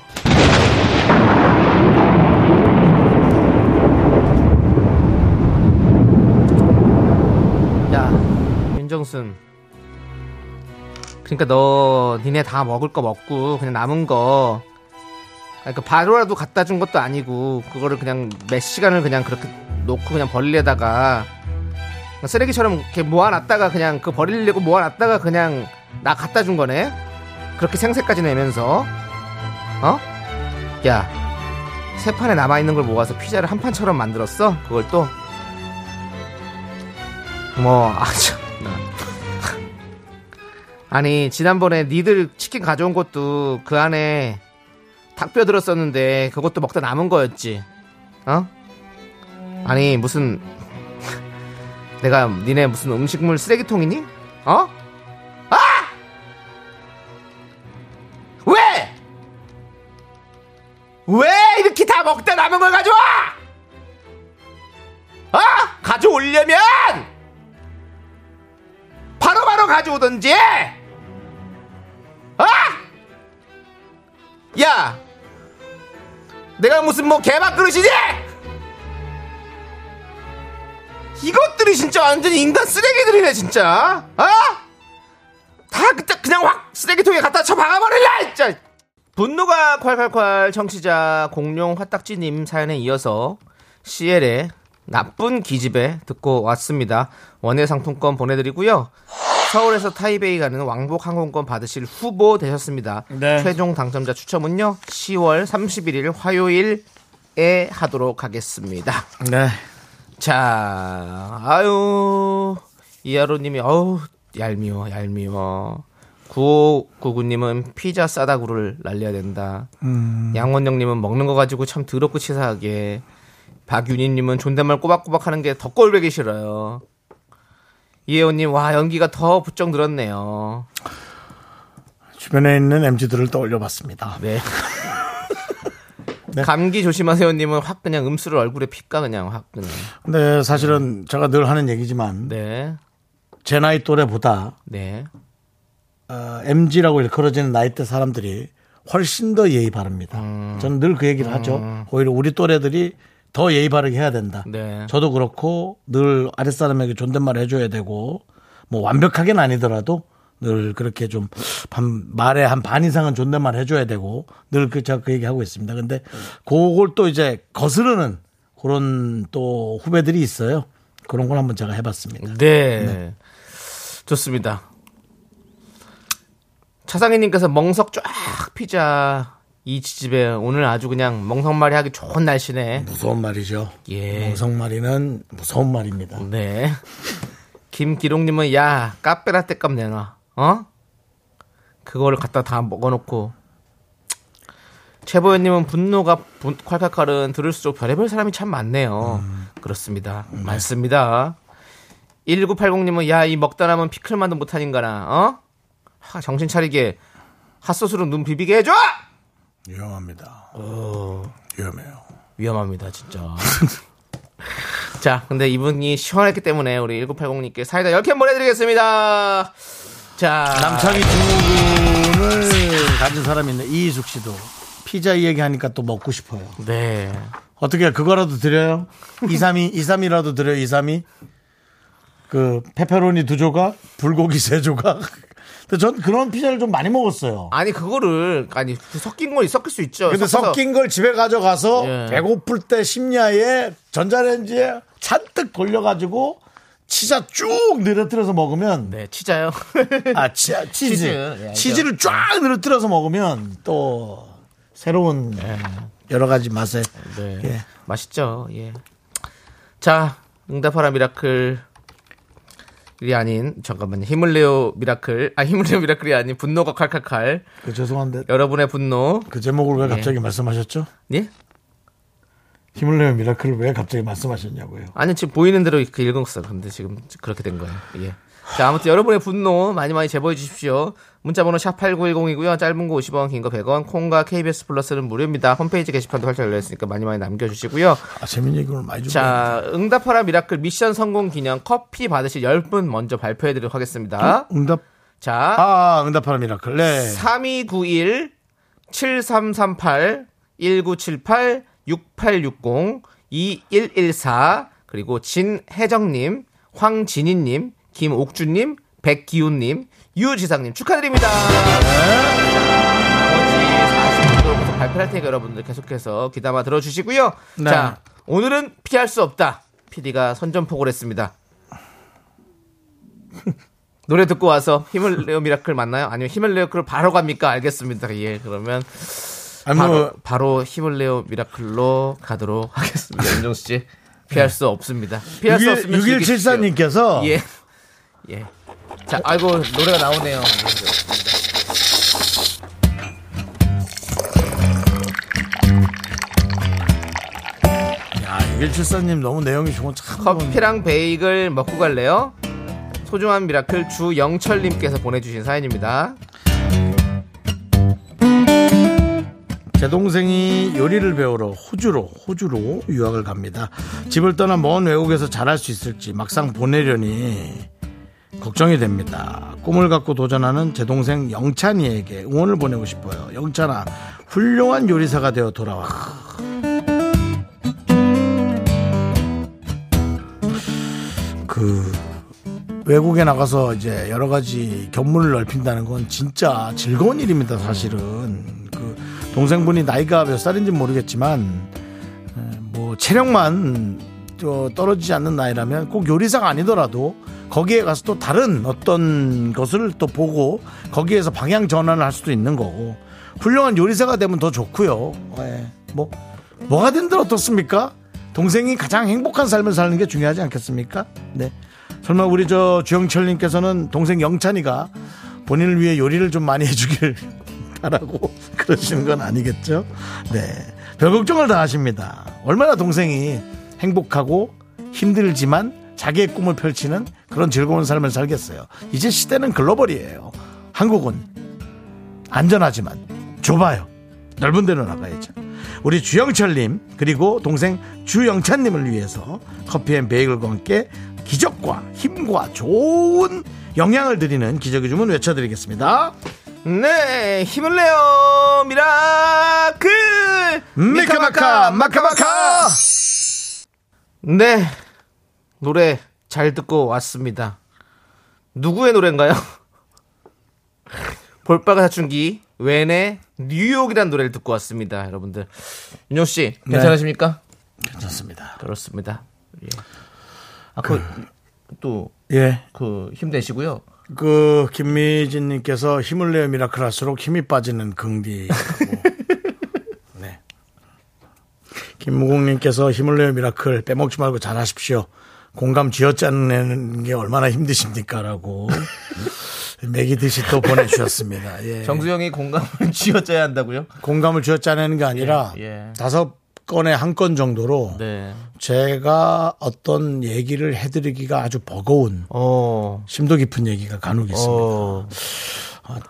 S2: 야 윤정순. 그러니까 너 니네 다 먹을 거 먹고 그냥 남은 거. 그러니까 바로라도 갖다 준 것도 아니고 그거를 그냥 몇 시간을 그냥 그렇게 놓고 그냥 버리려다가 그냥 쓰레기처럼 이렇게 모아놨다가 그냥 그 버리려고 모아놨다가 그냥 나 갖다 준 거네. 그렇게 생색까지 내면서 어? 야. 세 판에 남아 있는 걸 모아서 피자를 한 판처럼 만들었어. 그걸 또 뭐, 아, 참. 아니, 지난번에 니들 치킨 가져온 것도 그 안에 닭뼈 들었었는데 그것도 먹다 남은 거였지. 어? 아니, 무슨. 내가 니네 무슨 음식물 쓰레기통이니? 어? 아! 왜! 왜 이렇게 다 먹다 남은 걸 가져와! 어? 가져오려면! 바로바로 가져오던지! 아! 야! 내가 무슨 뭐 개밥 그릇이지? 이것들이 진짜 완전히 인간 쓰레기들이네, 진짜. 아! 다 그냥, 그냥 확 쓰레기통에 갖다 쳐 박아버릴라, 진짜! 분노가 콸콸콸 청취자 공룡 화딱지님 사연에 이어서 CL의 나쁜 기집애 듣고 왔습니다. 원예 상품권 보내드리고요. 서울에서 타이베이 가는 왕복 항공권 받으실 후보 되셨습니다.
S1: 네.
S2: 최종 당첨자 추첨은요 10월 31일 화요일에 하도록 하겠습니다.
S1: 네.
S2: 자, 아유, 이하로님이, 어우, 얄미워, 얄미워. 9599님은 피자 싸다구를 날려야 된다. 양원영님은 먹는 거 가지고 참 더럽고 치사하게. 박윤희님은 존댓말 꼬박꼬박 하는 게 더 꼴보기 싫어요. 이혜원님, 와, 연기가 더 부쩍 늘었네요.
S1: 주변에 있는 MG들을 떠올려봤습니다.
S2: 네. 감기 조심하세요님은 확 그냥 음수를 얼굴에 핏까 그냥 확 그냥.
S1: 근데 사실은 제가 늘 하는 얘기지만
S2: 네.
S1: 제 나이 또래보다
S2: 네.
S1: 어, MG라고 일컬어지는 나이대 사람들이 훨씬 더 예의 바릅니다. 저는 늘 그 얘기를 하죠. 오히려 우리 또래들이 더 예의 바르게 해야 된다.
S2: 네.
S1: 저도 그렇고 늘 아랫사람에게 존댓말 해줘야 되고 뭐 완벽하게는 아니더라도 늘 그렇게 좀 반, 말에 한 반 이상은 존댓말 해줘야 되고 늘 그, 제가 그 얘기하고 있습니다. 근데 그걸 또 이제 거스르는 그런 또 후배들이 있어요. 그런 걸 한번 제가 해봤습니다.
S2: 네. 좋습니다. 차상희님께서 멍석 쫙 피자 이 집에 오늘 아주 그냥 멍석말이 하기 좋은 날씨네.
S1: 무서운 말이죠.
S2: 예.
S1: 멍성말이는 무서운 말입니다.
S2: 네. 김기록님은 야 카페라떼 값 내놔 어 그거를 갖다 다 먹어놓고 최보현님은 분노가 분- 콸콸 칼은 들을수록 별의별 사람이 참 많네요 그렇습니다 많습니다 1980님은 야 이 먹다 남은 피클만도 못한 인간아 어 하, 정신 차리게 핫소스로 눈 비비게 해줘
S1: 위험합니다. 어. 위험해요.
S2: 위험합니다, 진짜. 자, 근데 이분이 시원했기 때문에 우리 1980님께 사이다 10캔 보내드리겠습니다. 자.
S1: 남창이 증후군을 가진 사람인데 이희숙 씨도 피자 이 얘기하니까 또 먹고 싶어요.
S2: 네.
S1: 어떻게 그거라도 드려요? 232, 232라도 드려요, 232? 그, 페페로니 두 조각, 불고기 세 조각. 근데 전 그런 피자를 좀 많이 먹었어요.
S2: 아니, 그거를, 아니, 그 섞인 건 섞을 수 있죠.
S1: 근데
S2: 섞어서
S1: 섞인 걸 집에 가져가서
S2: 예.
S1: 배고플 때 심야에 전자레인지에 잔뜩 돌려가지고 치자 쭉 늘어뜨려서 먹으면
S2: 네, 치자요.
S1: 아 치,
S2: 치즈.
S1: 치즈
S2: 예,
S1: 치즈를 쫙 늘어뜨려서 먹으면 또 새로운 여러 가지 맛에
S2: 예. 네.
S1: 예.
S2: 맛있죠, 예. 자, 응답하라 미라클. 이 아닌 잠깐만요 힘을 내요 미라클 아 힘을 내요 미라클이 아닌 분노가 칼칼칼
S1: 그 죄송한데
S2: 여러분의 분노
S1: 그 제목을
S2: 네.
S1: 왜 갑자기 말씀하셨죠?
S2: 예
S1: 힘을 내요 미라클을 왜 갑자기 말씀하셨냐고요?
S2: 아니 지금 보이는 대로 그 읽었어. 근데 지금 그렇게 된 거예요. 예. 자 아무튼 여러분의 분노 많이 많이 제보해 주십시오. 문자번호 샵 #8910이고요. 짧은 거 50원, 긴 거 100원. 콩과 KBS 플러스는 무료입니다. 홈페이지 게시판도 활짝 열려 있으니까 많이 많이 남겨주시고요.
S1: 아, 재밌는 얘기 오늘 많이 좀
S2: 자 응답하라 미라클 미션 성공 기념 커피 받으실 10분 먼저 발표해 드리도록 하겠습니다.
S1: 아, 응답
S2: 자
S1: 아 응답하라 미라클 네
S2: 3291 7338 1978 6860 2114 그리고 진혜정님, 황진희님, 김옥주님, 백기훈님, 유지상님 축하드립니다. 나머지 40분도 네. 발표할 테니까 여러분들 계속해서 귀담아 들어주시고요.
S1: 네.
S2: 자, 오늘은 피할 수 없다. PD가 선전포고를 했습니다. 노래 듣고 와서 힘을 내요 미라클 맞나요? 아니면 힘을 내요 미라클 바로 갑니까? 알겠습니다. 예, 그러면
S1: 아니
S2: 바로,
S1: 뭐
S2: 바로 힘을 내요 미라클로 가도록 하겠습니다. 윤정수 씨 피할 수 없습니다. 피할 수 없으면
S1: 6174님께서 서
S2: 즐기십시오. 예, 예. 자, 아이고 노래가 나오네요. 예.
S1: 야, 6174님 너무 내용이 좋은 참
S2: 커피랑 베이글 먹고 갈래요? 소중한 미라클 주영철님께서 보내주신 사연입니다.
S1: 제 동생이 요리를 배우러 호주로 호주로 유학을 갑니다. 집을 떠나 먼 외국에서 잘할 수 있을지 막상 보내려니 걱정이 됩니다. 꿈을 갖고 도전하는 제 동생 영찬이에게 응원을 보내고 싶어요. 영찬아, 훌륭한 요리사가 되어 돌아와. 그 외국에 나가서 이제 여러 가지 견문을 넓힌다는 건 진짜 즐거운 일입니다, 사실은. 그 동생분이 나이가 몇 살인지 모르겠지만 에, 뭐 체력만 저 떨어지지 않는 나이라면 꼭 요리사가 아니더라도 거기에 가서 또 다른 어떤 것을 또 보고 거기에서 방향 전환을 할 수도 있는 거고 훌륭한 요리사가 되면 더 좋고요. 예. 뭐 뭐가 된들 어떻습니까? 동생이 가장 행복한 삶을 사는 게 중요하지 않겠습니까? 네. 설마 우리 저 주영철님께서는 동생 영찬이가 본인을 위해 요리를 좀 많이 해주길 바라고 그러시는 건 아니겠죠? 네. 별 걱정을 다 하십니다. 얼마나 동생이 행복하고 힘들지만 자기의 꿈을 펼치는 그런 즐거운 삶을 살겠어요. 이제 시대는 글로벌이에요. 한국은 안전하지만 좁아요. 넓은 데로 나가야죠. 우리 주영철님 그리고 동생 주영찬님을 위해서 커피앤베이글과 함께 기적과 힘과 좋은 영향을 드리는 기적의 주문 외쳐드리겠습니다.
S2: 네, 힘을 내요 미라클
S1: 미카마카 마카마카
S2: 네 노래 잘 듣고 왔습니다. 누구의 노래인가요? 볼빨간 사춘기 웬의 뉴욕이란 노래를 듣고 왔습니다, 여러분들. 윤영 씨
S1: 네.
S2: 괜찮으십니까?
S1: 괜찮습니다.
S2: 그렇습니다. 예. 아, 그, 아그또그
S1: 예.
S2: 힘내시고요.
S1: 그 김미진님께서 힘을 내어 미라클 할수록 힘이 빠지는 긍디. 네. 김무공님께서 힘을 내어 미라클 빼먹지 말고 잘하십시오. 공감 쥐어짜내는 게 얼마나 힘드십니까라고 매기듯이 또 보내주셨습니다.
S2: 네.
S1: 예.
S2: 정수영이 공감을 쥐어짜야 한다고요?
S1: 공감을 쥐어짜내는 게 아니라
S2: 예, 예.
S1: 다섯 건에 한 건 정도로
S2: 네.
S1: 제가 어떤 얘기를 해드리기가 아주 버거운
S2: 어.
S1: 심도 깊은 얘기가 간혹 있습니다.
S2: 어.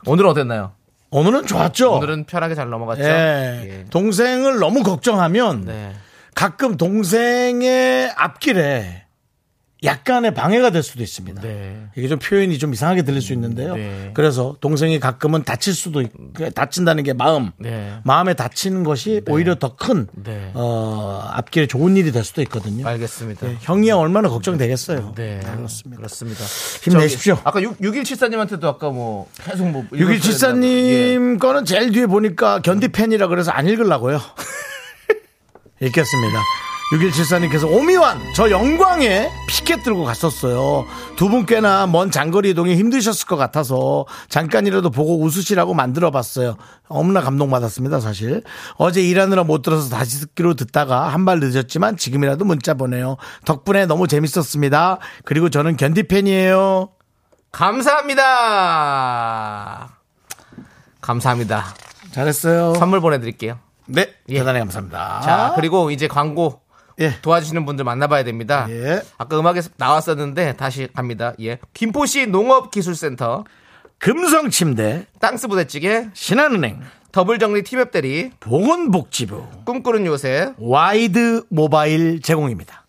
S2: 오늘은 어땠나요?
S1: 오늘은 좋았죠.
S2: 오늘은 편하게 잘 넘어갔죠?
S1: 예.
S2: 예.
S1: 동생을 너무 걱정하면
S2: 네.
S1: 가끔 동생의 앞길에 약간의 방해가 될 수도 있습니다.
S2: 네.
S1: 이게 좀 표현이 좀 이상하게 들릴 수 있는데요.
S2: 네.
S1: 그래서 동생이 가끔은 다칠 수도 있, 그 다친다는 게 마음,
S2: 네.
S1: 마음에 다치는 것이 오히려 더 큰
S2: 네.
S1: 어, 앞길에 좋은 일이 될 수도 있거든요.
S2: 알겠습니다.
S1: 형이 얼마나 걱정되겠어요.
S2: 네.
S1: 그렇습니다.
S2: 예. 그렇습니다.
S1: 힘내십시오.
S2: 저기, 아까 6, 6.174님한테도 아까 뭐 계속 뭐. 읽었어야 예. 된다고.
S1: 육일칠사님 거는 제일 뒤에 보니까 견디 팬이라 그래서 안 읽으려고요. 읽겠습니다. 6174님께서 오미완 저 영광에 피켓 들고 갔었어요. 두 분 꽤나 먼 장거리 이동이 힘드셨을 것 같아서 잠깐이라도 보고 웃으시라고 만들어봤어요. 너무나 감동받았습니다 사실. 어제 일하느라 못 들어서 다시 듣기로 듣다가 한 발 늦었지만 지금이라도 문자 보내요. 덕분에 너무 재밌었습니다. 그리고 저는 견디 팬이에요.
S2: 감사합니다. 감사합니다.
S1: 잘했어요.
S2: 선물 보내드릴게요.
S1: 네 대단히 감사합니다.
S2: 예. 자, 그리고 이제 광고
S1: 예.
S2: 도와주시는 분들 만나봐야 됩니다.
S1: 예.
S2: 아까 음악에 나왔었는데 다시 갑니다. 예. 김포시 농업기술센터,
S1: 금성침대,
S2: 땅스 부대찌개,
S1: 신한은행,
S2: 더블정리 티맵 대리,
S1: 보건복지부,
S2: 꿈꾸는 요새,
S1: 와이드 모바일 제공입니다.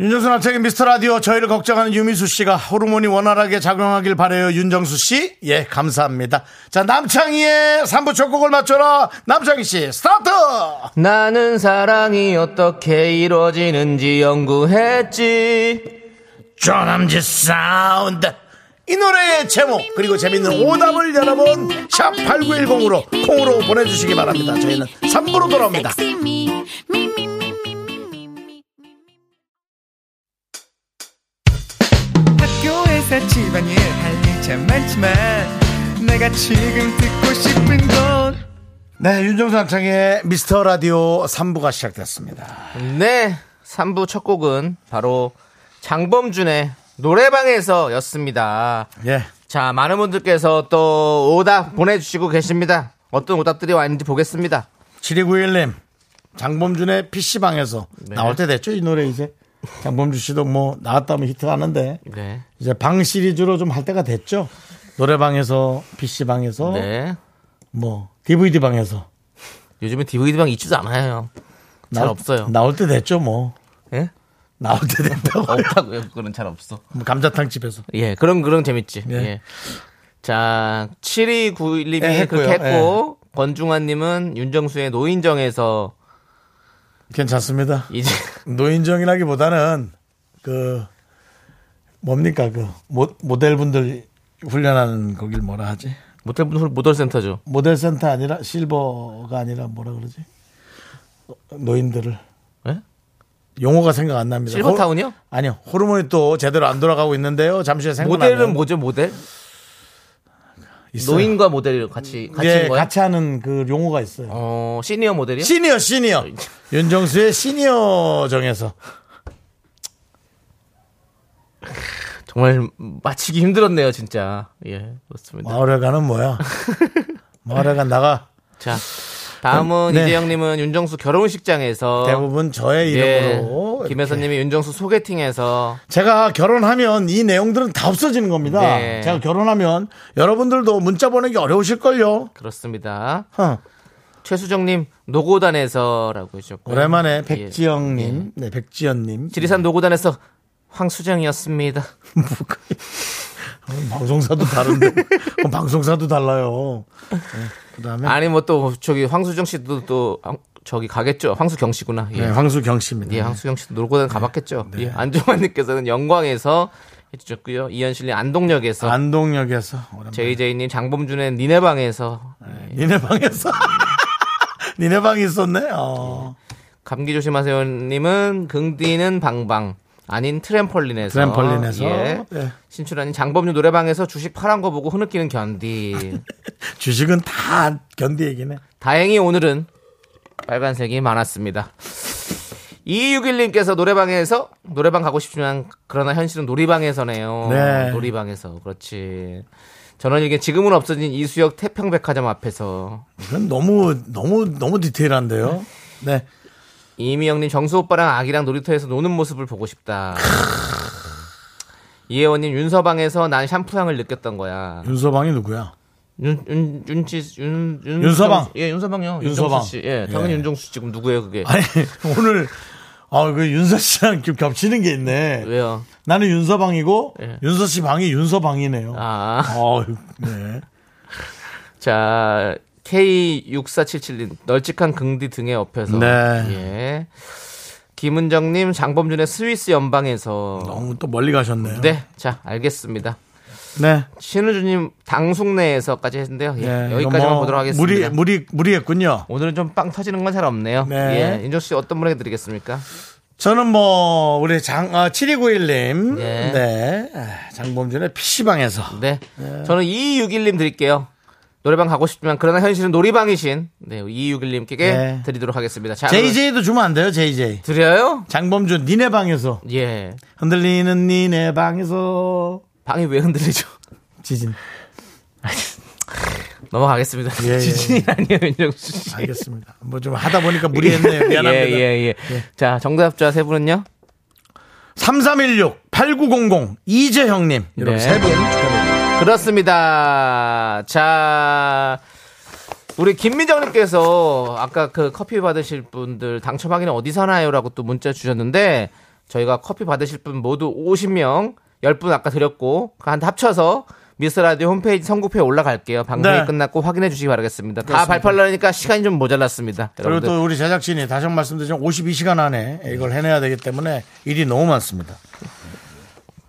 S1: 윤정수 남창의 미스터 라디오 저희를 걱정하는 유미수 씨가 호르몬이 원활하게 작용하길 바래요. 윤정수 씨, 예 감사합니다. 자 남창희의 3부 첫 곡을 맞춰라. 남창희 씨 스타트.
S2: 나는 사랑이 어떻게 이루어지는지 연구했지.
S1: 조남지 사운드. 이 노래의 제목 그리고 재밌는 오답을 여러분 샵 8910으로 콩으로 보내주시기 바랍니다. 저희는 3부로 돌아옵니다.
S8: 학교에서 집안일 할 일 참 많지만 내가 지금 듣고 싶은 건
S1: 네, 윤정수 남창의 미스터 라디오 3부가 시작됐습니다.
S2: 네. 3부 첫 곡은 바로 장범준의 노래방에서 였습니다.
S1: 예.
S2: 자, 많은 분들께서 또 오답 보내주시고 계십니다. 어떤 오답들이 왔는지 보겠습니다.
S1: 7291님, 장범준의 PC방에서
S2: 네.
S1: 나올 때 됐죠, 이 노래 이제. 장범준 씨도 뭐 나왔다면 히트하는데,
S2: 네.
S1: 이제 방 시리즈로 좀 할 때가 됐죠. 노래방에서, PC방에서,
S2: 네.
S1: 뭐, DVD방에서.
S2: 요즘에 DVD방 있지도 않아요. 잘 없어요.
S1: 나올 때 됐죠, 뭐.
S2: 예?
S1: 나올 때 됐다고.
S2: 없다고요. 그건 잘 없어.
S1: 뭐 감자탕 집에서.
S2: 예, 그럼, 그럼 재밌지.
S1: 예.
S2: 예. 자, 7291님이
S1: 예, 했고요. 예.
S2: 그렇게 했고, 권중환님은 윤정수의 노인정에서
S1: 괜찮습니다.
S2: 이제,
S1: 노인정이라기보다는 그 뭡니까 그 모, 모델분들 훈련하는 거길 뭐라 하지?
S2: 모텔, 모델센터죠.
S1: 모델센터 아니라 실버가 아니라 뭐라 그러지? 어, 노인들을
S2: 예?
S1: 용어가 생각 안 납니다.
S2: 실버타운이요?
S1: 호- 아니요 호르몬이 또 제대로 안 돌아가고 있는데요. 잠시 후에 생각나면
S2: 모델은 뭐죠, 모델?
S1: 있어요.
S2: 노인과 모델을 같이, 같이
S1: 예,
S2: 인 거예요?
S1: 같이 하는 그 용어가 있어요.
S2: 어, 시니어 모델이요?
S1: 시니어 시니어 윤정수의 시니어 정에서
S2: 정말 맞히기 힘들었네요, 진짜. 예, 그렇습니다.
S1: 아. 마을회관은 뭐야? 마을회관 나가
S2: 자, 다음은
S1: 네.
S2: 이재영님은 윤정수 결혼식장에서
S1: 대부분 저의
S2: 어. 예,
S1: 이름으로 이렇게
S2: 김혜선님이 윤정수 소개팅에서
S1: 제가 결혼하면 이 내용들은 다 없어지는 겁니다.
S2: 네.
S1: 제가 결혼하면 여러분들도 문자 보내기 어려우실걸요.
S2: 그렇습니다.
S1: 허.
S2: 최수정님 노고단에서라고 해주셨고
S1: 오랜만에
S2: 예.
S1: 백지영님, 네, 백지연님.
S2: 지리산 노고단에서 황수정이었습니다.
S1: 어, 방송사도 다른데. 그럼 방송사도 달라요. 네, 그 다음에.
S2: 아니 뭐 또 저기 황수정 씨도 또 황- 저기 가겠죠. 황수경 씨구나. 예,
S1: 네, 황수경 씨입니다.
S2: 예, 황수경 씨도 노고단 가봤겠죠. 예, 안종환님께서는 영광에서 해주셨고요. 이현실님 안동역에서
S1: 네, 안동역에서. 네. 오랜만에.
S2: JJ님 장범준의 니네 방에서
S1: 니네 방에서. 니네 방이 있었네. 어.
S2: 예. 감기 조심하세요님은 긍디는 방방 아닌 트램펄린에서
S1: 트램펄린에서.
S2: 예.
S1: 예.
S2: 신출하니 장범준 노래방에서 주식 파란 거 보고 흐느끼는 견디
S1: 주식은 다 견디 얘기네.
S2: 다행히 오늘은 빨간색이 많았습니다. 2261님께서 노래방에서 노래방 가고 싶지만 그러나 현실은 놀이방에서네요.
S1: 네.
S2: 놀이방에서 그렇지. 저는 이게 지금은 없어진 이수역 태평백화점 앞에서
S1: 그건 너무 너무 너무 디테일한데요. 네.
S2: 이미영님 정수 오빠랑 아기랑 놀이터에서 노는 모습을 보고 싶다. 이혜원님 윤서방에서 난 샴푸향을 느꼈던 거야.
S1: 윤서방이 누구야?
S2: 윤, 윤, 윤지, 윤, 윤,
S1: 윤서방.
S2: 예, 윤서방요.
S1: 윤서방.
S2: 윤서방. 씨. 예, 당연히
S1: 예.
S2: 윤종수 씨 지금 누구예요, 그게?
S1: 아니 오늘 아그 윤서 씨랑 좀 겹치는 게 있네.
S2: 왜요?
S1: 나는 윤서방이고
S2: 예.
S1: 윤서 씨 방이 윤서방이네요.
S2: 아.
S1: 어, 네.
S2: 자, K6477님, 널찍한 긍디 등에 업혀서.
S1: 네.
S2: 예. 김은정님, 장범준의 스위스 연방에서.
S1: 너무 또 멀리 가셨네요.
S2: 네, 자, 알겠습니다.
S1: 네.
S2: 신우주님, 당숙내에서까지 했는데요. 예,
S1: 네.
S2: 여기까지만
S1: 뭐
S2: 보도록
S1: 무리
S2: 하겠습니다.
S1: 무리 무리했군요.
S2: 오늘은 좀 빵 터지는 건 잘 없네요.
S1: 네.
S2: 예, 인조 씨 어떤 분에게 드리겠습니까?
S1: 저는 뭐 우리 장 아, 7291님
S2: 예.
S1: 네. 아, 장범준의 PC방에서
S2: 네. 저는 2261님 드릴게요. 노래방 가고 싶지만 그러나 현실은 놀이방이신 네, 2261님께
S1: 네.
S2: 드리도록 하겠습니다. 자,
S1: JJ도 주면 안 돼요, JJ.
S2: 드려요?
S1: 장범준 니네 방에서
S2: 예.
S1: 흔들리는 니네 방에서
S2: 방이 왜 흔들리죠?
S1: 지진.
S2: 넘어가겠습니다.
S1: 예, 예.
S2: 지진이 아니에요, 윤정수 씨.
S1: 알겠습니다. 뭐 좀 하다 보니까 무리했네요. 미안합니다.
S2: 예, 예, 예. 자, 정답자 세 분은요?
S1: 3316 8900 이재형님 이렇게
S2: 네.
S1: 세분 축하드립니다.
S2: 그렇습니다. 자, 우리 김민정님께서 아까 그 커피 받으실 분들 당첨 확인은 어디서 하나요? 라고 또 문자 주셨는데 저희가 커피 받으실 분 모두 50명, 10분 아까 드렸고 그한 합쳐서 미스라디오 홈페이지 선곡표에 올라갈게요. 방송이
S1: 네.
S2: 끝났고 확인해 주시기 바라겠습니다. 다 발표하려니까 시간이 좀 모자랐습니다.
S1: 그리고
S2: 여러분들
S1: 또 우리 제작진이 다시 한 번 말씀드리지만 52시간 안에 이걸 해내야 되기 때문에 일이 너무 많습니다.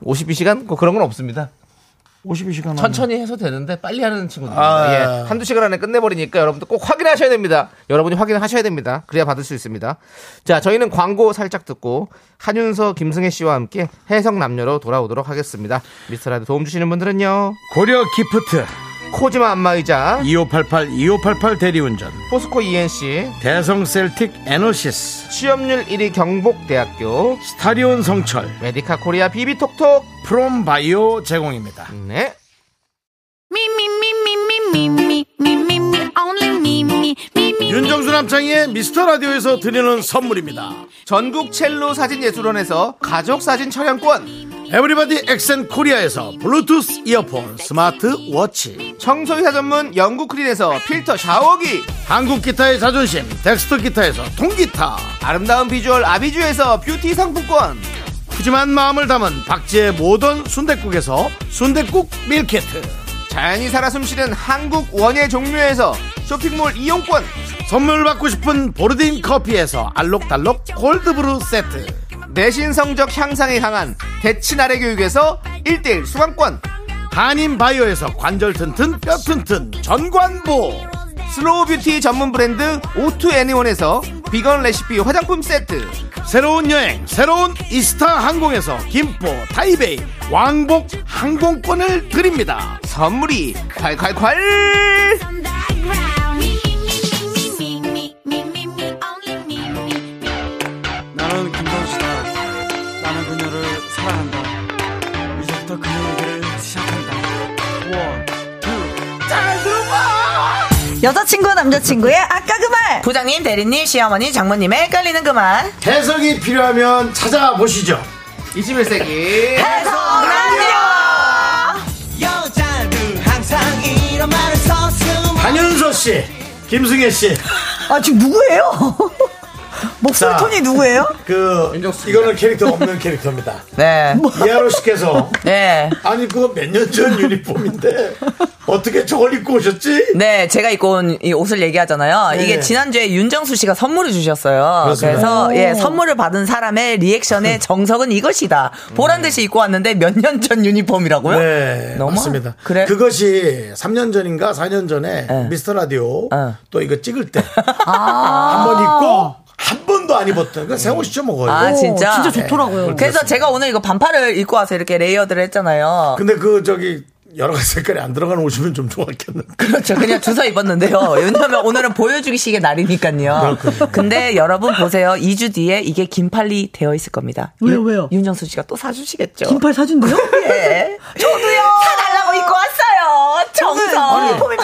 S2: 52시간? 뭐 그런 건 없습니다.
S1: 52시간 안에.
S2: 음. 천천히 해서 되는데 빨리 하는 친구들.
S1: 아,
S2: 예. 한두 시간 안에 끝내버리니까 여러분들 꼭 확인하셔야 됩니다. 여러분이 확인하셔야 됩니다. 그래야 받을 수 있습니다. 자, 저희는 광고 살짝 듣고 한윤서, 김승혜 씨와 함께 해석 남녀로 돌아오도록 하겠습니다. 미스터라드 도움 주시는 분들은요.
S1: 고려 기프트
S2: 코지마 안마의자,
S1: 2588 2588 대리운전
S2: 포스코 ENC,
S1: 대성 셀틱 에너시스
S2: 취업률 1위 경북대학교,
S1: 스타리온 성철
S2: 메디카 코리아 비비톡톡.
S1: 프롬바이오 제공입니다.
S2: 네.
S1: 윤정수 남창희의 미스터 라디오에서 드리는 선물입니다.
S2: 전국 첼로 사진예술원에서 가족 사진 촬영권,
S1: 에브리바디 엑센 코리아에서 블루투스 이어폰, 스마트 워치,
S2: 청소이사 전문 영국 크린에서 필터 샤워기,
S1: 한국 기타의 자존심, 덱스터 기타에서 통기타,
S2: 아름다운 비주얼 아비주에서 뷰티 상품권
S1: 푸짐한 마음을 담은 박지의 모던 순댓국에서순댓국 밀키트,
S2: 자연이 살아 숨쉬는 한국 원예 종묘에서 쇼핑몰 이용권
S1: 선물 받고 싶은 보르딘 커피에서 알록달록 골드브루 세트,
S2: 내신 성적 향상에 강한 대치나래 교육에서 1대1 수강권
S1: 한인 바이오에서 관절 튼튼 뼈 튼튼 전관보,
S2: 슬로우 뷰티 전문 브랜드 오투 애니원에서 비건 레시피 화장품 세트
S1: 새로운 여행 새로운 이스타 항공에서 김포 타이베이 왕복 항공권을 드립니다.
S2: 선물이 콸콸콸
S9: 나는 김선수다. 나는 그녀를 사랑한다. 이제부터 그녀에게를 시작한다. 원, 투, 짜르바!
S10: 여자친구 남자친구의 아까 그 말 부장님 대리님 시어머니 장모님의 헷갈리는 그만
S1: 해석이 필요하면 찾아보시죠.
S2: 21세기
S9: 여자는 항상 이런 말을 서슴.
S1: 한윤서 씨, 김승혜 씨,
S10: 아 지금 누구예요? 목소리
S1: 자.
S10: 톤이 누구예요?
S1: 그
S2: 윤정수
S1: 이거는 캐릭터 없는 캐릭터입니다.
S10: 네.
S1: 이하로 씨께서
S10: 네.
S1: 아니 그거 몇 년 전 유니폼인데 어떻게 저걸 입고 오셨지?
S10: 네, 제가 입고 온 이 옷을 얘기하잖아요.
S1: 네.
S10: 이게 지난주에 윤정수 씨가 선물을 주셨어요.
S1: 그렇습니다.
S10: 그래서 예, 선물을 받은 사람의 리액션의 정석은 이것이다. 보란 듯이 입고 왔는데 몇 년 전 유니폼이라고요?
S1: 네,
S10: 너무-
S1: 맞습니다.
S10: 그래?
S1: 것이 3년 전인가 4년 전에 미스터 라디오
S10: 네.
S1: 또 이거 찍을 때 한 번 입고 한 번도 안 입었던 그 생옷 시켜 먹어요.
S10: 아, 진짜?
S1: 좋더라고요.
S10: 그래서 제가 오늘 이거 반팔을 입고 와서 이렇게 레이어드를 했잖아요.
S1: 근데 그 저기 여러 가지 색깔이 안 들어가는 옷이면 좀 좋았겠는데.
S10: 그렇죠. 그냥 주워 입었는데요. 왜냐면 오늘은 보여주기식의
S11: 네,
S10: 날이니까요. 근데 여러분 보세요. 2주 뒤에 이게 긴팔이 되어 있을 겁니다.
S11: 왜요,
S10: 윤-
S11: 왜요?
S10: 윤정수 씨가 또 사주시겠죠.
S11: 긴팔 사준대요?
S10: 예. 저도요. 네. 사달라고 입고 왔어요. 정성. 유니폼이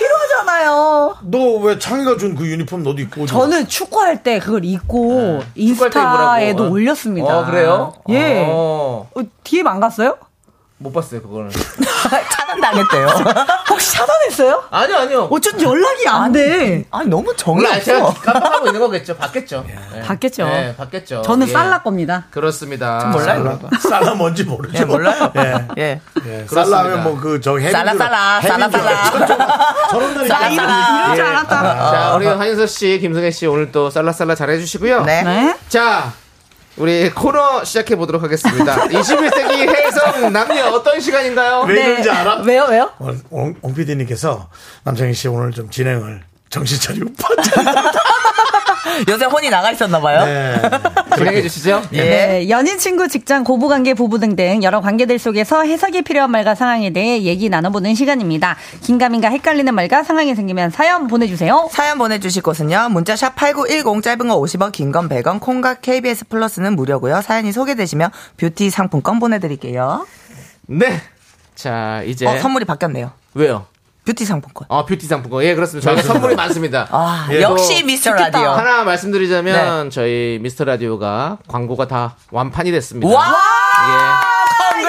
S10: 필요하잖아요.
S1: 너 왜 창희가 준 그 유니폼 너도 입고 오지?
S11: 저는 축구할 때 그걸 입고
S2: 축구할 때 입으라고.
S11: 인스타에도 올렸습니다.
S2: 어, 그래요?
S11: 예.
S2: 어.
S11: 어, DM 안 갔어요?
S2: 못 봤어요, 그거는.
S10: 차단당했대요.
S11: 혹시 차단했어요?
S2: 아니요, 아니요.
S11: 어쩐지 연락이 안 돼.
S10: 아니, 너무
S2: 몰
S10: 정이
S2: 제가
S10: 없어.
S2: 깜빡하고 있는 거겠죠. 받겠죠. 예.
S11: 받겠죠.
S2: 예, 받겠죠.
S11: 저는
S2: 예.
S11: 살라 겁니다.
S2: 그렇습니다.
S10: 전 몰라요.
S1: 살라 뭔지 모르죠.
S10: 예, 몰라요.
S1: 예.
S10: 예.
S1: 예, 살라면 뭐 그 저 해민
S10: 살라, 살라, 살라, 살라.
S1: 저런 날이 예. 아,
S10: 살라, 살라.
S11: 이럴 줄 알았다.
S2: 자, 우리 한윤서 씨, 김승혜 씨 오늘 또 쌀라쌀라 잘해주시고요.
S10: 네.
S11: 네?
S2: 자, 우리 코너 시작해 보도록 하겠습니다. 21세기 해성 남녀 어떤 시간인가요?
S10: 네.
S1: 왜 이런지 알아? 어,
S11: 왜요, 왜요?
S1: 옹 PD님께서 남창희 씨 오늘 좀 진행을 정신 차리고 빠져.
S10: 요새 혼이 나가 있었나봐요.
S1: 네.
S2: 진행해 주시죠.
S10: 예.
S11: 네, 연인, 친구, 직장, 고부관계, 부부 등등 여러 관계들 속에서 해석이 필요한 말과 상황에 대해 얘기 나눠보는 시간입니다. 긴가민가 헷갈리는 말과 상황이 생기면 사연 보내주세요.
S10: 사연 보내주실 곳은요. 문자샵 8910 짧은 거 50원, 긴 건 100원, 콩과 KBS 플러스는 무료고요. 사연이 소개되시면 뷰티 상품권 보내드릴게요.
S2: 네. 자, 이제.
S10: 어, 선물이 바뀌었네요.
S2: 왜요?
S10: 뷰티 상품권.
S2: 어, 뷰티 상품권. 예, 그렇습니다. 저희가 선물이 많습니다.
S10: 아,
S2: 예,
S10: 역시
S2: 또
S10: 미스터 라디오. 네.
S2: 하나 말씀드리자면 저희 미스터 라디오가 광고가 다 완판이 됐습니다.
S10: 와!
S2: 예.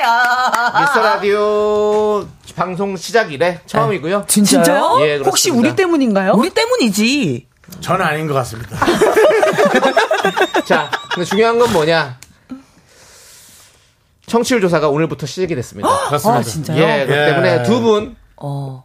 S10: 컨그레츄레이션!
S2: 미스터 라디오 방송 시작 이래 처음이고요.
S10: 네. 진짜요?
S2: 예, 그렇습니다.
S11: 혹시 우리 때문인가요?
S10: 우리 때문이지.
S1: 저는 아닌 것 같습니다.
S2: 자, 근데 중요한 건 뭐냐? 청취율 조사가 오늘부터 시작이 됐습니다.
S1: 그렇습니다.
S10: 아, 진짜요?
S2: 예, 그렇기
S1: 예.
S2: 때문에 두 분
S10: 어.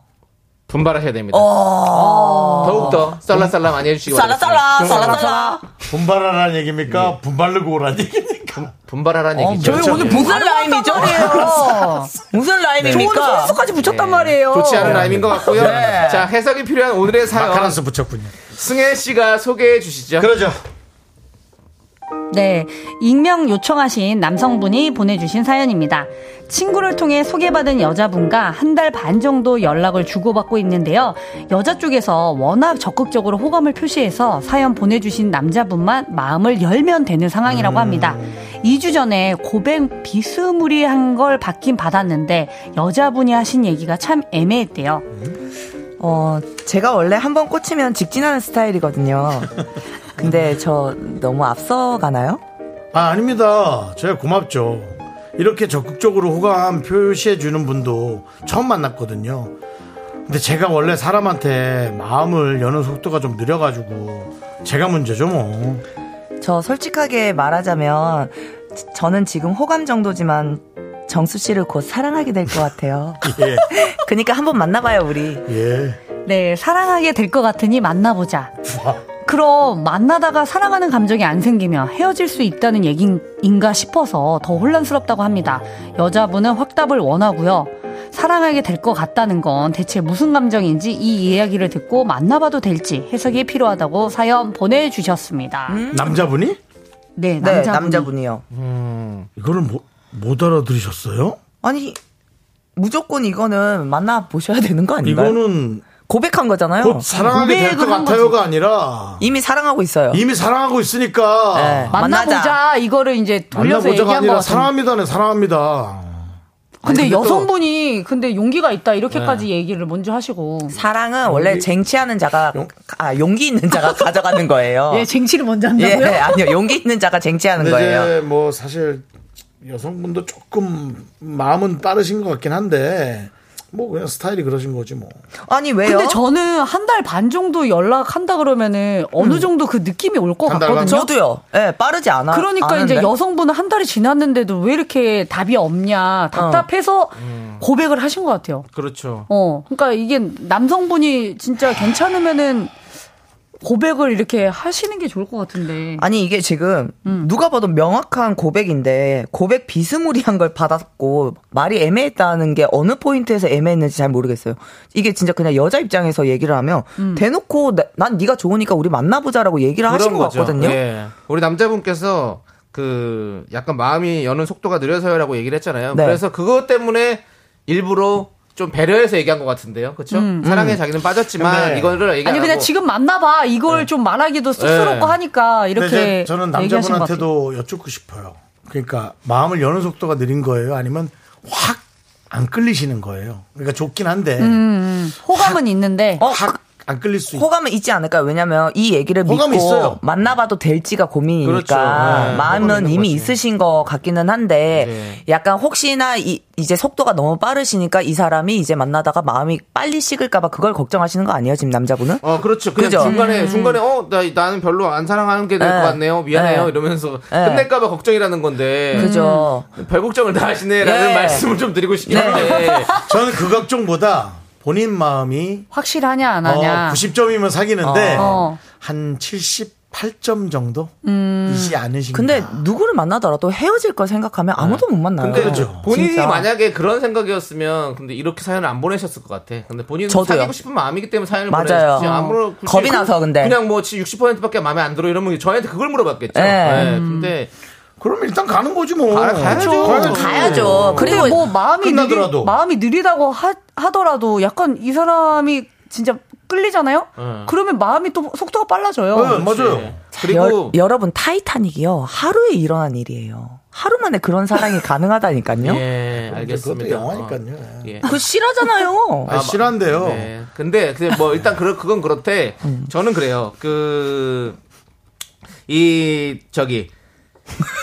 S2: 분발하셔야 됩니다. 더욱더 썰라썰라 많이 해주시기 바랍니다.
S10: 어. 쌀라쌀라, 쌀라쌀라.
S1: 분발하라는 얘기입니까?
S10: 네.
S1: 분발르고 오라는 얘기입니까?
S2: 분발하라는 얘기죠.
S10: 어,
S2: 그렇죠?
S10: 저희 오늘 무슨 라임이죠? 예. 무슨 라임입니까?
S11: 선수까지 붙였단 말이에요.
S2: 좋지 않은 라임인 것 같고요.
S10: 네.
S2: 자, 해석이 필요한 오늘의
S10: 아,
S2: 사연.
S10: 어.
S1: 마카라스 붙였군요.
S2: 승혜 씨가 소개해 주시죠.
S1: 그러죠.
S11: 네, 익명 요청하신 남성분이 보내주신 사연입니다. 친구를 통해 소개받은 여자분과 한 달 반 정도 연락을 주고받고 있는데요. 여자 쪽에서 워낙 적극적으로 호감을 표시해서 사연 보내주신 남자분만 마음을 열면 되는 상황이라고 합니다. 2주 전에 고백 비스무리한 걸 받긴 받았는데 여자분이 하신 얘기가 참 애매했대요.
S10: 어, 제가 원래 한 번 꽂히면 직진하는 스타일이거든요. 근데 저 너무 앞서가나요?
S1: 아, 아닙니다. 제가 고맙죠. 이렇게 적극적으로 호감 표시해 주는 분도 처음 만났거든요. 근데 제가 원래 사람한테 마음을 여는 속도가 좀 느려가지고 제가 문제죠 뭐.
S10: 저 솔직하게 말하자면 지- 저는 지금 호감 정도지만 정수 씨를 곧 사랑하게 될 것 같아요.
S1: 예.
S10: 그러니까 한번 만나봐요 우리.
S1: 예.
S11: 네, 사랑하게 될 것 같으니 만나보자.
S1: 와.
S11: 그럼 만나다가 사랑하는 감정이 안 생기면 헤어질 수 있다는 얘기인가 싶어서 더 혼란스럽다고 합니다. 여자분은 확답을 원하고요. 사랑하게 될 것 같다는 건 대체 무슨 감정인지 이 이야기를 듣고 만나봐도 될지 해석이 필요하다고 사연 보내주셨습니다.
S1: 남자분이?
S11: 음? 네,
S10: 네
S11: 남자분이.
S10: 남자분이요.
S1: 이거를 뭐, 못 알아들으셨어요?
S10: 아니 무조건 이거는 만나 보셔야 되는 거 아닌가요?
S1: 이거는
S10: 고백한 음, 거잖아요.
S1: 곧 사랑하게 될 것
S10: 고백을 한
S1: 같아요가
S10: 거지.
S1: 아니라
S10: 이미 사랑하고 있어요.
S1: 이미 사랑하고 있으니까
S10: 네.
S11: 만나보자 이거를 이제 돌려서
S1: 만나보자가
S11: 얘기한
S1: 아니라
S11: 거 같아요.
S1: 사랑합니다네 사랑합니다. 그러니까
S11: 근데
S2: 아니, 근데 또-
S11: 여성분이 근데 용기가 있다 이렇게까지
S1: 네.
S11: 얘기를 먼저 하시고
S10: 사랑은 원래 쟁취하는 자가 아 용기 있는 자가 가져가는 거예요.
S11: 예 쟁취를 먼저
S10: 예,
S11: 한다고요? 네,
S10: 아니요. 용기 있는 자가 쟁취하는
S1: 근데
S10: 거예요.
S1: 이제 뭐 사실 여성분도 조금 마음은 빠르신 것 같긴 한데 뭐 그냥 스타일이 그러신 거지 뭐.
S10: 아니, 왜요?
S11: 근데 저는 한 달 반 정도 연락한다 그러면은
S10: 음.
S11: 어느 정도 그 느낌이 올 것
S1: 한달 반?
S11: 같거든요.
S10: 도요 예, 빠르지 않아.
S11: 그러니까
S10: 않은데.
S11: 이제 여성분은 한 달이 지났는데도 왜 이렇게 답이
S10: 어.
S11: 없냐 답답해서
S1: 음.
S11: 고백을 하신 것 같아요.
S2: 그렇죠.
S11: 어, 그러니까 이게 남성분이 진짜 괜찮으면은 고백을 이렇게 하시는 게 좋을 것 같은데.
S10: 아니 이게 지금
S11: 음.
S10: 누가 봐도 명확한 고백인데 고백 비스무리한 걸 받았고 말이 애매했다는 게 어느 포인트에서 애매했는지 잘 모르겠어요. 이게 진짜 그냥 여자 입장에서 얘기를 하면
S11: 음.
S10: 대놓고 나- 난 네가 좋으니까 우리 만나보자라고 얘기를 하신 것 같거든요.
S2: 예. 우리 남자분께서 그 약간 마음이 여는 속도가 느려서요라고 얘기를 했잖아요.
S10: 네.
S2: 그래서 그것 때문에 일부러 좀 배려해서 얘기한 것 같은데요. 그렇죠?
S11: 음.
S2: 사랑에
S11: 음.
S2: 자기는 빠졌지만
S1: 근데-
S2: 이거를 얘기 안
S11: 아니 그냥
S2: 하고
S11: 지금 만나봐 이걸 좀 말하기도 쑥스럽고
S1: 네.
S11: 하니까
S1: 근데
S11: 이렇게
S1: 이제 저는
S11: 얘기하신 것 같아요.
S1: 남자분한테도 여쭙고 싶어요. 그러니까 마음을 여는 속도가 느린 거예요? 아니면 확 안 끌리시는 거예요? 그러니까 좋긴 한데
S10: 음,
S11: 호감은 있는데
S10: 어,
S1: 안 끌릴 수 있-
S10: 호감은 있지 않을까요? 왜냐면 이 얘기를 믿고
S1: 호감이 있어요.
S10: 만나봐도 될지가 고민이니까
S1: 그렇죠. 네, 호감이
S10: 마음은
S1: 있는 거지.
S10: 이미
S1: 네.
S10: 있으신 것 같기는 한데 약간 혹시나 이, 이제 속도가 너무 빠르시니까 이 사람이 이제 만나다가 마음이 빨리 식을까봐 그걸 걱정하시는 거 아니에요? 지금 남자분은?
S2: 어 그렇죠. 그냥
S10: 그죠?
S2: 중간에
S10: 음.
S2: 중간에 어 나 나는 별로 안 사랑하는 게 될 것
S10: 네.
S2: 같네요. 미안해요.
S10: 네.
S2: 이러면서
S10: 네.
S2: 끝낼까봐 걱정이라는
S1: 네.
S2: 건데.
S10: 그죠.
S2: 음, 별 걱정을 다 하시네라는
S1: 예.
S2: 말씀을 좀 드리고
S10: 네.
S2: 싶긴 한데.
S1: 저는 그 걱정보다 본인 마음이
S11: 확실하냐 안
S1: 어,
S11: 하냐
S1: 90점이면 사귀는데
S11: 어.
S1: 한 78점 정도
S10: 음.
S1: 이지 않으신가?
S10: 근데 누구를 만나더라도 헤어질 걸 생각하면 아무도 못 만나요.
S2: 근데 본인이
S10: 그렇죠. 진짜.
S2: 만약에 그런 생각이었으면 근데 이렇게 사연을 안 보내셨을 것 같아. 근데 본인은
S10: 저도요.
S2: 사귀고 싶은 마음이기 때문에 사연을
S10: 맞아요.
S2: 보내셨지.
S10: 어.
S2: 아무런 굳이
S10: 겁이
S2: 그-
S10: 나서 근데.
S2: 그냥 뭐 60%밖에 마음에 안 들어 이러면 저한테 그걸 물어봤겠죠.
S10: 네.
S2: 네,
S10: 음.
S2: 근데
S1: 그럼 일단 가는 거지 뭐. 어.
S2: 가, 가야죠.
S11: 그렇죠.
S10: 가야죠.
S11: 근데
S10: 그리고
S11: 뭐 마음이
S10: 끝나더라도.
S11: 느리, 마음이 느리다고 하, 하더라도 약간 이 사람이 진짜 끌리잖아요.
S10: 네. 뭐
S11: 그러면 마음이 또 속도가 빨라져요.
S1: 어,
S2: 네.
S10: 자, 여, 여러분 타이타닉이요 하루에 일어난 일이에요. 하루 만에 그런 사랑이 가능하다니까요.
S2: 예, 알겠습니다.
S1: 그것도 영화니까요.
S2: 어, 예.
S10: 그거 실화잖아요.
S2: 아, 실한데요. 근데 근데 뭐 일단 그건 그렇대.
S10: 음.
S2: 저는 그래요. 그 이 저기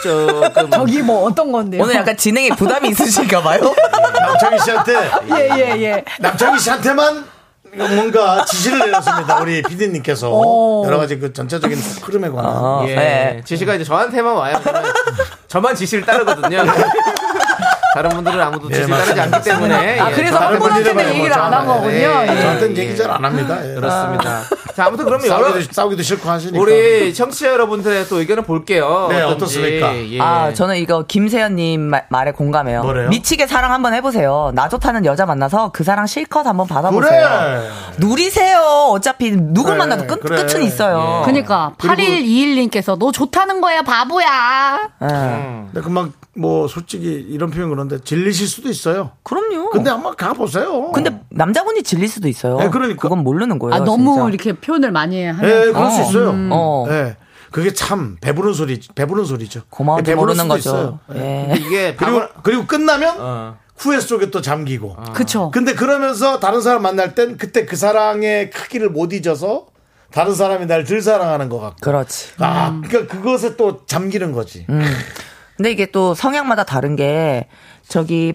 S2: 저그
S11: 저기 뭐 어떤 건데요?
S10: 오늘 약간 진행에 부담이 있으신가 봐요.
S1: 남창희 씨한테
S11: 예예 예.
S1: 남창희 씨한테만 뭔가 지시를 내렸습니다. 우리 PD님께서
S2: 오.
S1: 여러 가지 그 전체적인 흐름에 관한
S2: 예. 지시가 이제 저한테만 와요. 저는 저만 지시를 따르거든요. 다른 분들은 아무도 지시를
S1: 예, 맞습니다.
S2: 따르지 않기 때문에. 예,
S1: 아, 그래서
S2: 저한테는
S1: 그분한테는
S2: 지시를
S1: 얘기를 안한
S2: 받아요.
S1: 거군요.
S2: 예,
S1: 뭐 저한테는 얘기 잘안 합니다. 예.
S2: 그렇습니다. 자, 아무튼 그러면
S1: 싸우기도,
S2: 여러
S1: 싸우기도 싫고 하시니까
S2: 우리 청취자 여러분들의 또 의견을 볼게요.
S1: 네,
S2: 어떤지.
S1: 어떻습니까?
S2: 예.
S10: 아 저는 이거 김세현님 말- 말에 공감해요.
S2: 뭐래요?
S10: 미치게 사랑 한번 해보세요. 나 좋다는 여자 만나서 그 사랑 실컷 한번 받아보세요.
S11: 그래.
S10: 누리세요. 어차피 누구
S1: 네,
S10: 만나도 끝,
S11: 그래.
S10: 끝은 있어요.
S1: 예.
S10: 예.
S11: 그러니까 8121님께서 너 좋다는 거야 아, 바보야. 그러니까
S1: 근데 금방 뭐 솔직히 이런 표현 그런데 질리실 수도 있어요.
S10: 그럼요.
S1: 근데 한번 가보세요.
S10: 근데 남자분이 질릴 수도 있어요.
S1: 네,
S10: 그러니까. 그건 모르는 거예요.
S11: 아 너무
S10: 진짜.
S11: 이렇게 표현을 많이 하면
S10: 네,
S1: 예, 그럴 수 있어요.
S11: 음.
S1: 예. 그게 참 배부른 소리, 배부른 소리죠.
S10: 고마운지
S1: 네, 배부를
S10: 모르는
S1: 수도 네.
S10: 거죠. 예.
S1: 근데
S2: 이게
S1: 그리고, 그리고 끝나면 후회 속에 또 잠기고.
S11: 그쵸.
S1: 근데 아, 그러면서 다른 사람 만날 땐 그때 그 사랑의 크기를 못 잊어서 다른 사람이 날 덜 사랑하는 것 같고.
S10: 그렇지.
S1: 아, 그러니까 그것에 또 잠기는 거지.
S10: 음. 근데 이게 또 성향마다 다른 게 저기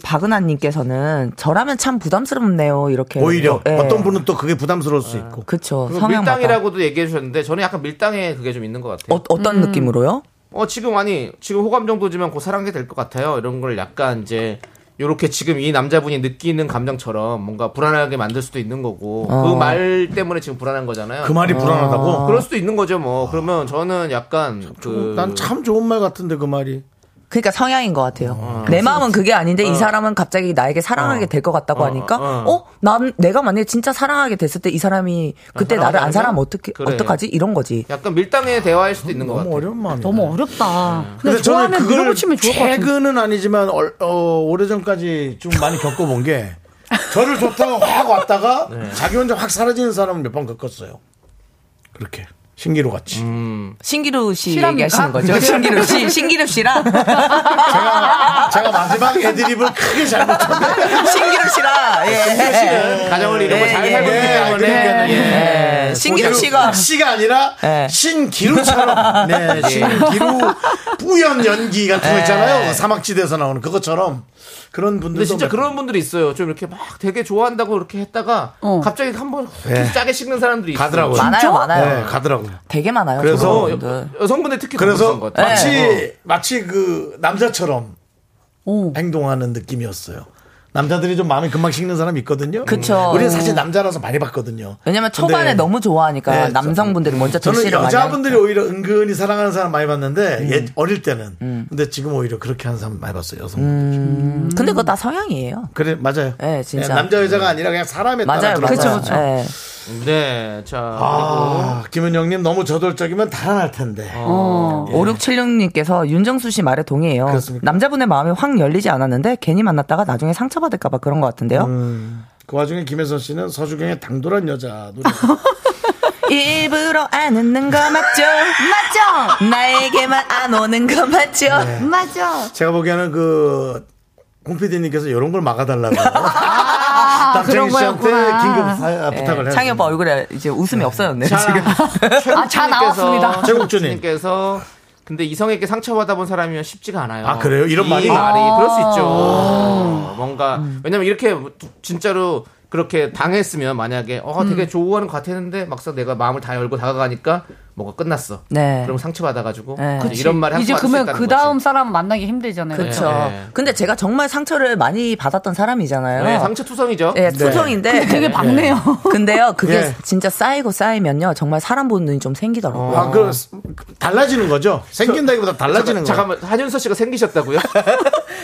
S10: 박은하님께서는 저라면 참 부담스럽네요. 이렇게
S1: 오히려
S10: 예.
S1: 어떤 분은 또 그게 부담스러울 수 있고.
S10: 그쵸.
S2: 그거
S10: 성향마다.
S2: 밀당이라고도 얘기해 주셨는데 저는 약간 밀당에 그게 좀 있는 것 같아요.
S10: 어, 어떤
S11: 음.
S10: 느낌으로요?
S2: 어 지금 아니 지금 호감 정도지만 곧 사랑하게 될 것 같아요. 이런 걸 약간 이제 요렇게 지금 이 남자분이 느끼는 감정처럼 뭔가 불안하게 만들 수도 있는 거고
S1: 어.
S2: 그 말 때문에 지금 불안한 거잖아요.
S1: 그 말이 불안하다고?
S2: 그럴 수도 있는 거죠 뭐. 그러면 저는 약간 그
S1: 난 참 좋은 말 같은데 그 말이.
S10: 그러니까 성향인 것 같아요. 내 마음은 그게 아닌데 이 사람은 갑자기 나에게 사랑하게 될 것 같다고 하니까
S1: 어.
S10: 어? 난 내가 만약에 진짜 사랑하게 됐을 때 이 사람이 그때
S2: 아,
S10: 나를
S2: 사랑하게
S10: 안 사랑하면
S2: 되면?
S10: 어떻게
S2: 그래.
S10: 어떡하지? 이런 거지.
S2: 약간 밀당의 대화일 수도 있는 것 같아요.
S1: 어려운 마음.
S11: 너무 어렵다.
S1: 근데 저는 그걸 최근은 아니지만 얼- 어, 오래전까지 좀 많이 겪어본 게 저를 좋다고 확 왔다가
S2: 네.
S1: 자기 혼자 확 사라지는 사람을 몇 번 겪었어요. 그렇게 신기루 같이.
S2: 음.
S10: 신기루 씨
S1: 실합니까?
S10: 얘기하시는 거죠? 신기루 씨, 신기루 씨랑
S1: 제가 마지막 애드립을 크게 잘못했는데
S10: 신기루 씨랑 예.
S1: 신기루 씨는
S2: 네. 가정을 이루고 잘
S1: 예,
S2: 살고 있기
S1: 예,
S2: 때문에.
S1: 그러니까요.
S2: 예.
S1: 예.
S10: 신기루
S1: 고기루-
S10: 씨가-
S1: 씨가 아니라
S2: 네.
S1: 신기루처럼 네
S2: 예.
S1: 신기루 뿌연 연기 같은 거
S2: 예.
S1: 있잖아요 사막지대에서 나오는 그것처럼 그런 분들도
S2: 근데 진짜
S1: 몇-
S2: 그런 분들이 있어요. 좀 이렇게 막 되게 좋아한다고 이렇게 했다가
S1: 어.
S2: 갑자기 한번
S1: 네.
S2: 짜게 식는 사람들이 있어요.
S1: 가더라고요.
S10: 많아요, 많아요.
S1: 네, 가더라고요.
S10: 되게 많아요.
S1: 그래서
S10: 저런 분들.
S2: 여성분들 특히
S1: 그래서
S2: 그런 것 같아요.
S1: 마치
S2: 네.
S1: 마치 그 남자처럼 행동하는 느낌이었어요. 남자들이 좀 마음이 금방 식는 사람이 있거든요.
S10: 그쵸.
S1: 우리는 사실 남자라서 많이 봤거든요.
S10: 왜냐면
S1: 근데
S10: 초반에 너무 좋아하니까
S1: 네,
S10: 남성분들이 먼저
S1: 저는
S10: 대시를 네. 음. 많이 하니까.
S1: 여자분들이 오히려 은근히 사랑하는 사람 많이 봤는데 옛- 어릴 때는. 근데 지금 오히려 그렇게 하는 사람 많이 봤어요. 여성.
S10: 음, 근데 그거 다 성향이에요.
S1: 그래 맞아요.
S10: 예, 진짜.
S1: 남자 여자가 아니라 그냥 사람에 네, 따라
S10: 맞아요,
S1: 그런
S10: 맞아요.
S1: 거죠. 그렇죠.
S10: 예.
S2: 네, 자.
S1: 아, 김은영님 너무 저돌적이면 달아날 텐데.
S10: 어, 5676님께서 윤정수 씨 말에 동의해요. 남자분의 마음이 확 열리지 않았는데 괜히 만났다가 나중에 상처받을까봐 그런 것 같은데요.
S1: 그 와중에 김혜선 씨는 서주경의 당돌한 여자 노래.
S10: 일부러 안 웃는 거 맞죠? 맞죠? 나에게만 안 오는 거 맞죠?
S1: 네.
S11: 맞아.
S1: 제가 보기에는 그, 홍 PD님께서 이런 걸 막아달라고.
S10: 아,
S1: 남창희 씨한테 긴급 사- 아,
S10: 네,
S1: 부탁을 해요.
S10: 창희 오빠 얼굴에 이제 웃음이 없어졌네요,
S2: 자,
S10: 지금.
S2: 최국준님께서-
S10: 아, 다 나왔습니다.
S2: 최국준님께서 근데 이성에게 상처받아본 사람이면 쉽지가 않아요.
S1: 아, 그래요? 이런
S2: 이
S1: 말이?
S2: 말이
S1: 아.
S2: 그럴 수 있죠. 뭔가 왜냐면 이렇게 진짜로 그렇게 당했으면 만약에 어 되게 좋아하는 것 같았는데 막상 내가 마음을 다 열고 다가가니까 뭐가 끝났어.
S10: 네.
S2: 그럼 상처받아가지고
S10: 네.
S2: 이제 이런 말을
S11: 이제
S2: 함부로 할수
S11: 그러면
S2: 있다는
S11: 그
S2: 거지.
S11: 다음 사람 만나기 힘들잖아요.
S10: 그렇죠. 근데 제가 정말 상처를 많이 받았던 사람이잖아요.
S2: 네, 상처 투성이죠.
S10: 예, 투성인데
S11: 근데 되게 박네요.
S10: 근데요, 그게
S1: 예.
S10: 진짜 쌓이고 쌓이면요, 정말 사람 보는 눈이 좀 생기더라고요.
S1: 아, 그, 달라지는 거죠? 생긴다기보다 달라지는 거죠?
S2: 잠깐만 한윤서 씨가 생기셨다고요?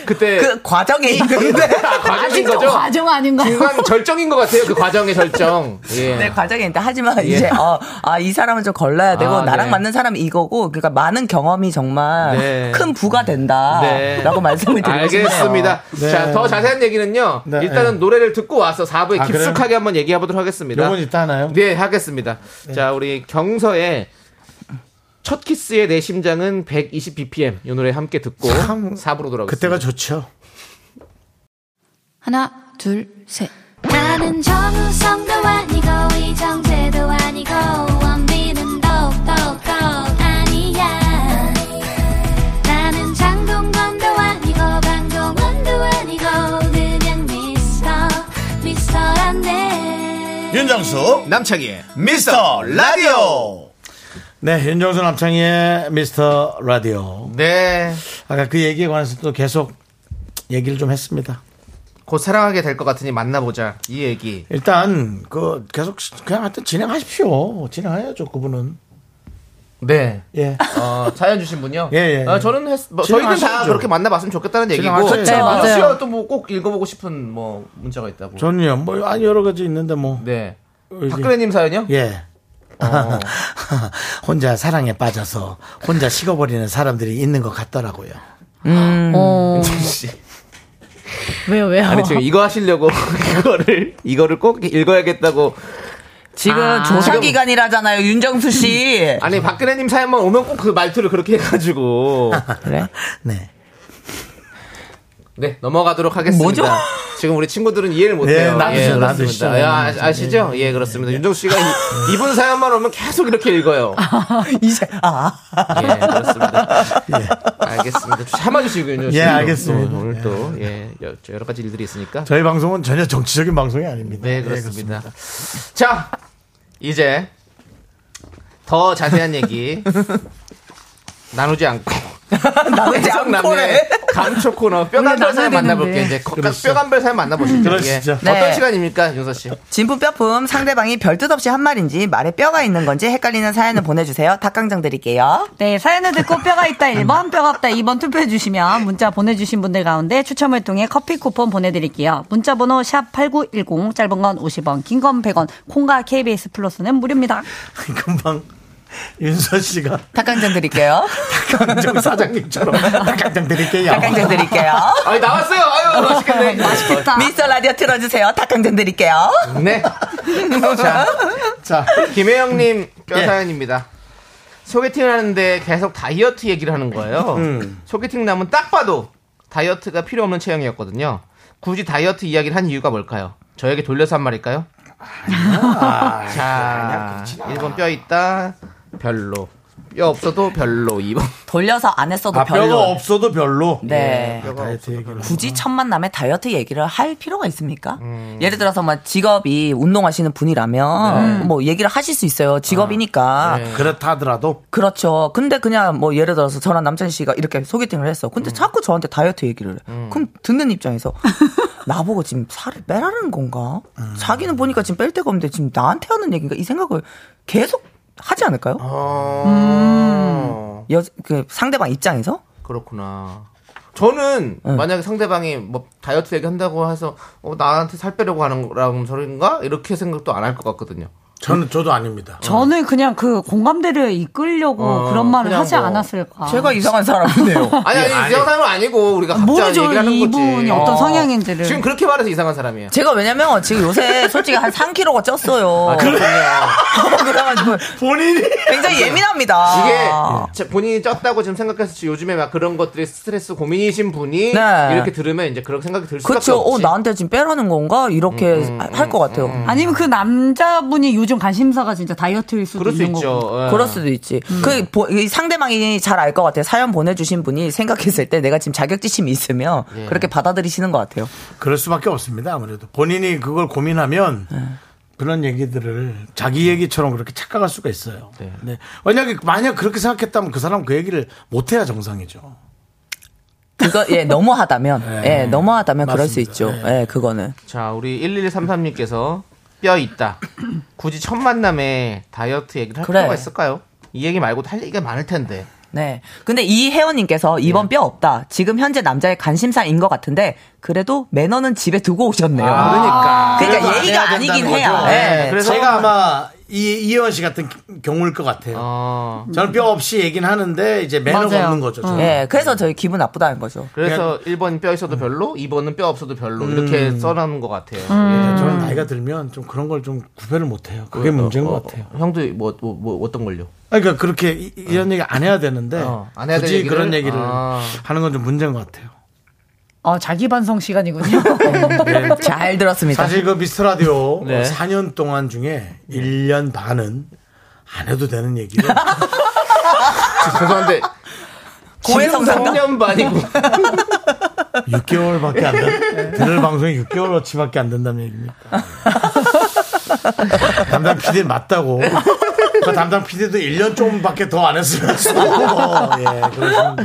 S2: 그때
S10: 그 과정이 있는데
S2: 아, 과정인
S11: 아직도
S2: 거죠?
S11: 과정 아닌가요?
S2: 중간 절정인 것 같아요. 그 과정의 절정. 예.
S10: 뭐 네, 과정이 있는데 하지만
S2: 예.
S10: 이제 어, 아, 이 사람은 좀 걸러야 되고
S2: 아,
S10: 나랑
S2: 네.
S10: 맞는 사람이 이거고 그러니까 많은 경험이 정말
S2: 네.
S10: 큰 부가
S2: 네.
S10: 된다라고 말씀을 드리고 싶네요.
S2: 알겠습니다.
S10: 네.
S2: 자, 더 자세한 얘기는요.
S10: 네,
S2: 일단은
S10: 네.
S2: 노래를 듣고 와서 4부에
S1: 아,
S2: 깊숙하게
S1: 그래요?
S2: 한번 얘기해 보도록 하겠습니다.
S1: 요건 이따 하나요?
S2: 네, 하겠습니다. 자, 우리 경서의 첫 키스의 내 심장은 120bpm 이 노래 함께 듣고 4부로 돌아오겠습니다.
S1: 그때가 좋죠.
S11: 하나, 둘, 셋.
S5: 나는 정우성도 아니고 이정재도 아니고 원빈은 더욱더 아니야 나는 장동건도 아니고 강동원도 아니고 그냥 미스터 미스터란데
S1: 윤정수
S2: 남창희의
S1: 미스터 라디오 네 윤정수 남창희의 미스터 라디오
S2: 네
S1: 아까 그 얘기에 관해서 또 계속 얘기를 좀 했습니다
S2: 곧 사랑하게 될 것 같으니 만나보자. 이 얘기.
S1: 일단 그 계속 그냥 하여튼 진행하십시오 진행해야죠 그분은
S2: 네.
S1: 예.
S2: 어, 사연 주신 분요.
S1: 예, 예, 예.
S2: 아, 저는 했, 뭐,
S1: 지금
S2: 저희는 다
S1: 아시죠?
S2: 그렇게 만나봤으면 좋겠다는 얘기고.
S1: 아셨죠? 네, 맞아요.
S2: 맞아요. 또뭐꼭 읽어보고 싶은 뭐 문자가 있다고.
S1: 저는요 뭐 아니 여러 가지 있는데 뭐
S2: 네.
S1: 이제-
S2: 박근혜님 사연이요?
S1: 예 혼자 사랑에 빠져서 혼자 식어버리는 사람들이 있는 것 같더라고요
S10: 음.
S11: 어, 왜요, 왜요?
S2: 아니 지금 이거 하시려고 이거를 이거를 꼭 읽어야겠다고
S10: 지금 아, 조사 기간이라잖아요, 윤정수 씨.
S2: 음. 아니 박근혜님 사연만 오면 꼭 그 말투를 그렇게 해가지고
S10: 그래?
S1: 네.
S2: 네 넘어가도록 하겠습니다.
S1: 뭐죠?
S2: 지금 우리 친구들은 이해를 못해요.
S1: 예, 놔두시죠,
S2: 그렇습니다.
S1: 놔두시죠.
S2: 아, 아, 시죠 예, 그렇습니다. 윤정수 씨가 이- 이분 사연만 오면 계속 이렇게 읽어요.
S10: 이제 아
S2: 예, 그렇습니다. 알겠습니다. 참아주시고 윤정수 씨.
S1: 예, 알겠습니다.
S2: 오늘 또 예, 여- 여러 가지 일들이 있으니까.
S1: 저희 방송은 전혀 정치적인 방송이 아닙니다 예,
S2: 네, 그렇습니다. 자, 이제 더 자세한 얘기 나누지 않고
S10: 나누지
S2: 계속 남의
S10: 않고래.
S2: 감초 코너 그렇죠. 뼈간별 사연 만나볼게요. 이제 뼈간별 사연 만나보시죠.
S1: 그러시죠.
S2: 예.
S10: 네.
S2: 어떤 시간입니까, 윤서 씨?
S10: 진품 뼈품 상대방이 별뜻 없이 한 말인지 말에 뼈가 있는 건지 헷갈리는 사연을 보내주세요. 닭강정 드릴게요.
S11: 네, 사연을 듣고 뼈가 있다 1번, 뼈가 없다 2번 투표해주시면 문자 보내주신 분들 가운데 추첨을 통해 커피 쿠폰 보내드릴게요. 문자 번호 샵8910, 짧은 건 50원, 긴 건 100원, 콩과 KBS 플러스는 무료입니다.
S1: 금방 윤서 씨가
S10: 닭강정 드릴게요.
S1: 강정 사장님처럼 닭강정 드릴게요.
S10: 닭강정 드릴게요.
S2: 아, 나왔어요. 아유, 맛있겠네.
S11: 맛있겠다.
S10: 미스터 라디오 틀어주세요. 닭강정 드릴게요.
S2: 네. 자,
S1: 자,
S2: 김혜영님 뼈
S1: 예.
S2: 사연입니다. 소개팅을 하는데 계속 다이어트 얘기를 하는 거예요.
S1: 음.
S2: 소개팅 남은 딱 봐도 다이어트가 필요 없는 체형이었거든요. 굳이 다이어트 이야기를 한 이유가 뭘까요? 저에게 돌려서 한 말일까요? 자, 1번 뼈 있다, 별로. 뼈 없어도 별로, 2번.
S10: 돌려서 안 했어도
S1: 아, 뼈가
S10: 별로.
S1: 없어도 별로.
S10: 네.
S1: 뼈가 다이어트 얘기를.
S10: 굳이 첫 만남에 다이어트 얘기를 할 필요가 있습니까? 예를 들어서 막 직업이 운동하시는 분이라면 뭐 얘기를 하실 수 있어요. 직업이니까.
S1: 그렇다 하더라도
S10: 그렇죠. 근데 그냥 뭐 예를 들어서 저랑 남찬 씨가 이렇게 소개팅을 했어. 근데 자꾸 저한테 다이어트 얘기를 해. 그럼 듣는 입장에서 나보고 지금 살을 빼라는 건가? 자기는 보니까 지금 뺄 데가 없는데 지금 나한테 하는 얘기인가? 이 생각을 계속 하지 않을까요?
S1: 음.
S10: 여, 그 상대방 입장에서?
S2: 그렇구나. 저는 만약에 상대방이 뭐 다이어트 얘기 한다고 해서 어, 나한테 살 빼려고 하는 거라는 소린가? 이렇게 생각도 안 할 것 같거든요.
S1: 저는 저도 아닙니다.
S11: 저는 그냥 그 공감대를 이끌려고
S1: 어,
S11: 그런 말을
S1: 그냥
S11: 하지
S1: 뭐.
S11: 않았을까.
S10: 제가 이상한 사람이네요.
S2: 아니, 아니, 이상한 사람은 아니고 우리가 각자
S11: 모르죠,
S2: 얘기를 하는 거지.
S11: 이분이 어떤 성향인지를.
S2: 지금 그렇게 말해서 이상한 사람이에요.
S10: 제가 왜냐면 지금 요새 솔직히 한 3kg가 쪘어요.
S2: 아, 그렇군요.
S10: 그래가지고
S1: 본인이
S10: 굉장히
S11: 아.
S10: 예민합니다.
S2: 이게 자, 본인이 쪘다고 지금 생각해서 지금 요즘에 막 그런 것들이 스트레스 고민이신 분이
S10: 네.
S2: 이렇게 들으면 이제 그런 생각이 들 수밖에
S10: 그렇죠. 어,
S2: 없지. 음,
S10: 나한테 지금 빼라는 건가? 이렇게 할 것 같아요.
S11: 아니면 그 남자분이 요즘 관심사가 진짜 다이어트일 수도 있는
S2: 음.
S11: 거고.
S10: 그럴 수도 있지. 그 보- 이 상대방이 잘 알 것 같아요. 사연 보내주신 분이 생각했을 때 내가 지금 자격지심이 있으면
S1: 예.
S10: 그렇게 받아들이시는 것 같아요.
S1: 그럴 수밖에 없습니다. 아무래도 본인이 그걸 고민하면
S10: 네.
S1: 그런 얘기들을
S10: 음.
S1: 자기 얘기처럼 그렇게 착각할 수가 있어요. 네. 만약에 만약 그렇게 생각했다면 그 사람 그 얘기를 못 해야 정상이죠.
S10: 그거 예 너무하다면
S2: 네.
S10: 예 너무하다면 그럴 수 있죠.
S2: 맞습니다.
S10: 예 그거는
S2: 자, 우리 1133님께서 뼈 있다. 굳이 첫 만남에 다이어트 얘기를 할
S10: 그래.
S2: 필요가 있을까요? 이 얘기 말고도 할 얘기가 많을 텐데.
S10: 네. 근데 이 회원님께서 이번 뼈 없다. 지금 현재 남자의 관심사인 것 같은데 그래도 매너는 집에 두고 오셨네요.
S1: 아, 그러니까. 그래도
S10: 그러니까
S1: 안
S10: 예의가
S1: 해야
S10: 아니긴
S1: 된다는
S10: 해요.
S1: 거죠.
S10: 예.
S1: 그래서 네, 제가 아마 이 이현 씨 같은 경우일 것 같아요.
S2: 어,
S1: 저는 뼈 없이 얘기는 하는데 이제 매너가
S10: 맞아요.
S1: 없는 거죠. 저는.
S10: 예. 그래서 저희 기분 나쁘다는 거죠.
S2: 그래서 1번 뼈 있어도 별로, 2번은 뼈 없어도 별로 이렇게
S1: 음.
S2: 써놓은 것 같아요.
S1: 예, 저는 나이가 들면 좀 그런 걸 좀 구별을 못 해요. 그게
S2: 어,
S1: 문제인
S2: 어,
S1: 것 같아요.
S2: 형도 뭐, 뭐, 뭐 어떤 걸요?
S1: 아니, 그러니까 그렇게 이- 이런 얘기 안 해야 되는데
S2: 어. 안 해야 될
S1: 굳이
S2: 얘기를?
S1: 그런 얘기를
S2: 아.
S1: 하는 건 좀 문제인 것 같아요.
S11: 어, 자기 반성 시간이군요.
S10: 네. 잘 들었습니다.
S1: 사실 그 미스터 라디오
S10: 네.
S1: 4년 동안
S2: 네.
S1: 중에 1년 반은 안 해도 되는 얘기를
S2: 죄송한데
S10: 고해성사인가?
S2: 3년 반이고
S1: 6개월밖에 안 된, 들을 방송이 6개월어치밖에 안 된다는 얘기입니까? 담당 PD 는 맞다고. 그 담당 PD도 1년 조금밖에 더 안 했으면 쓰고. 예, 그렇습니다.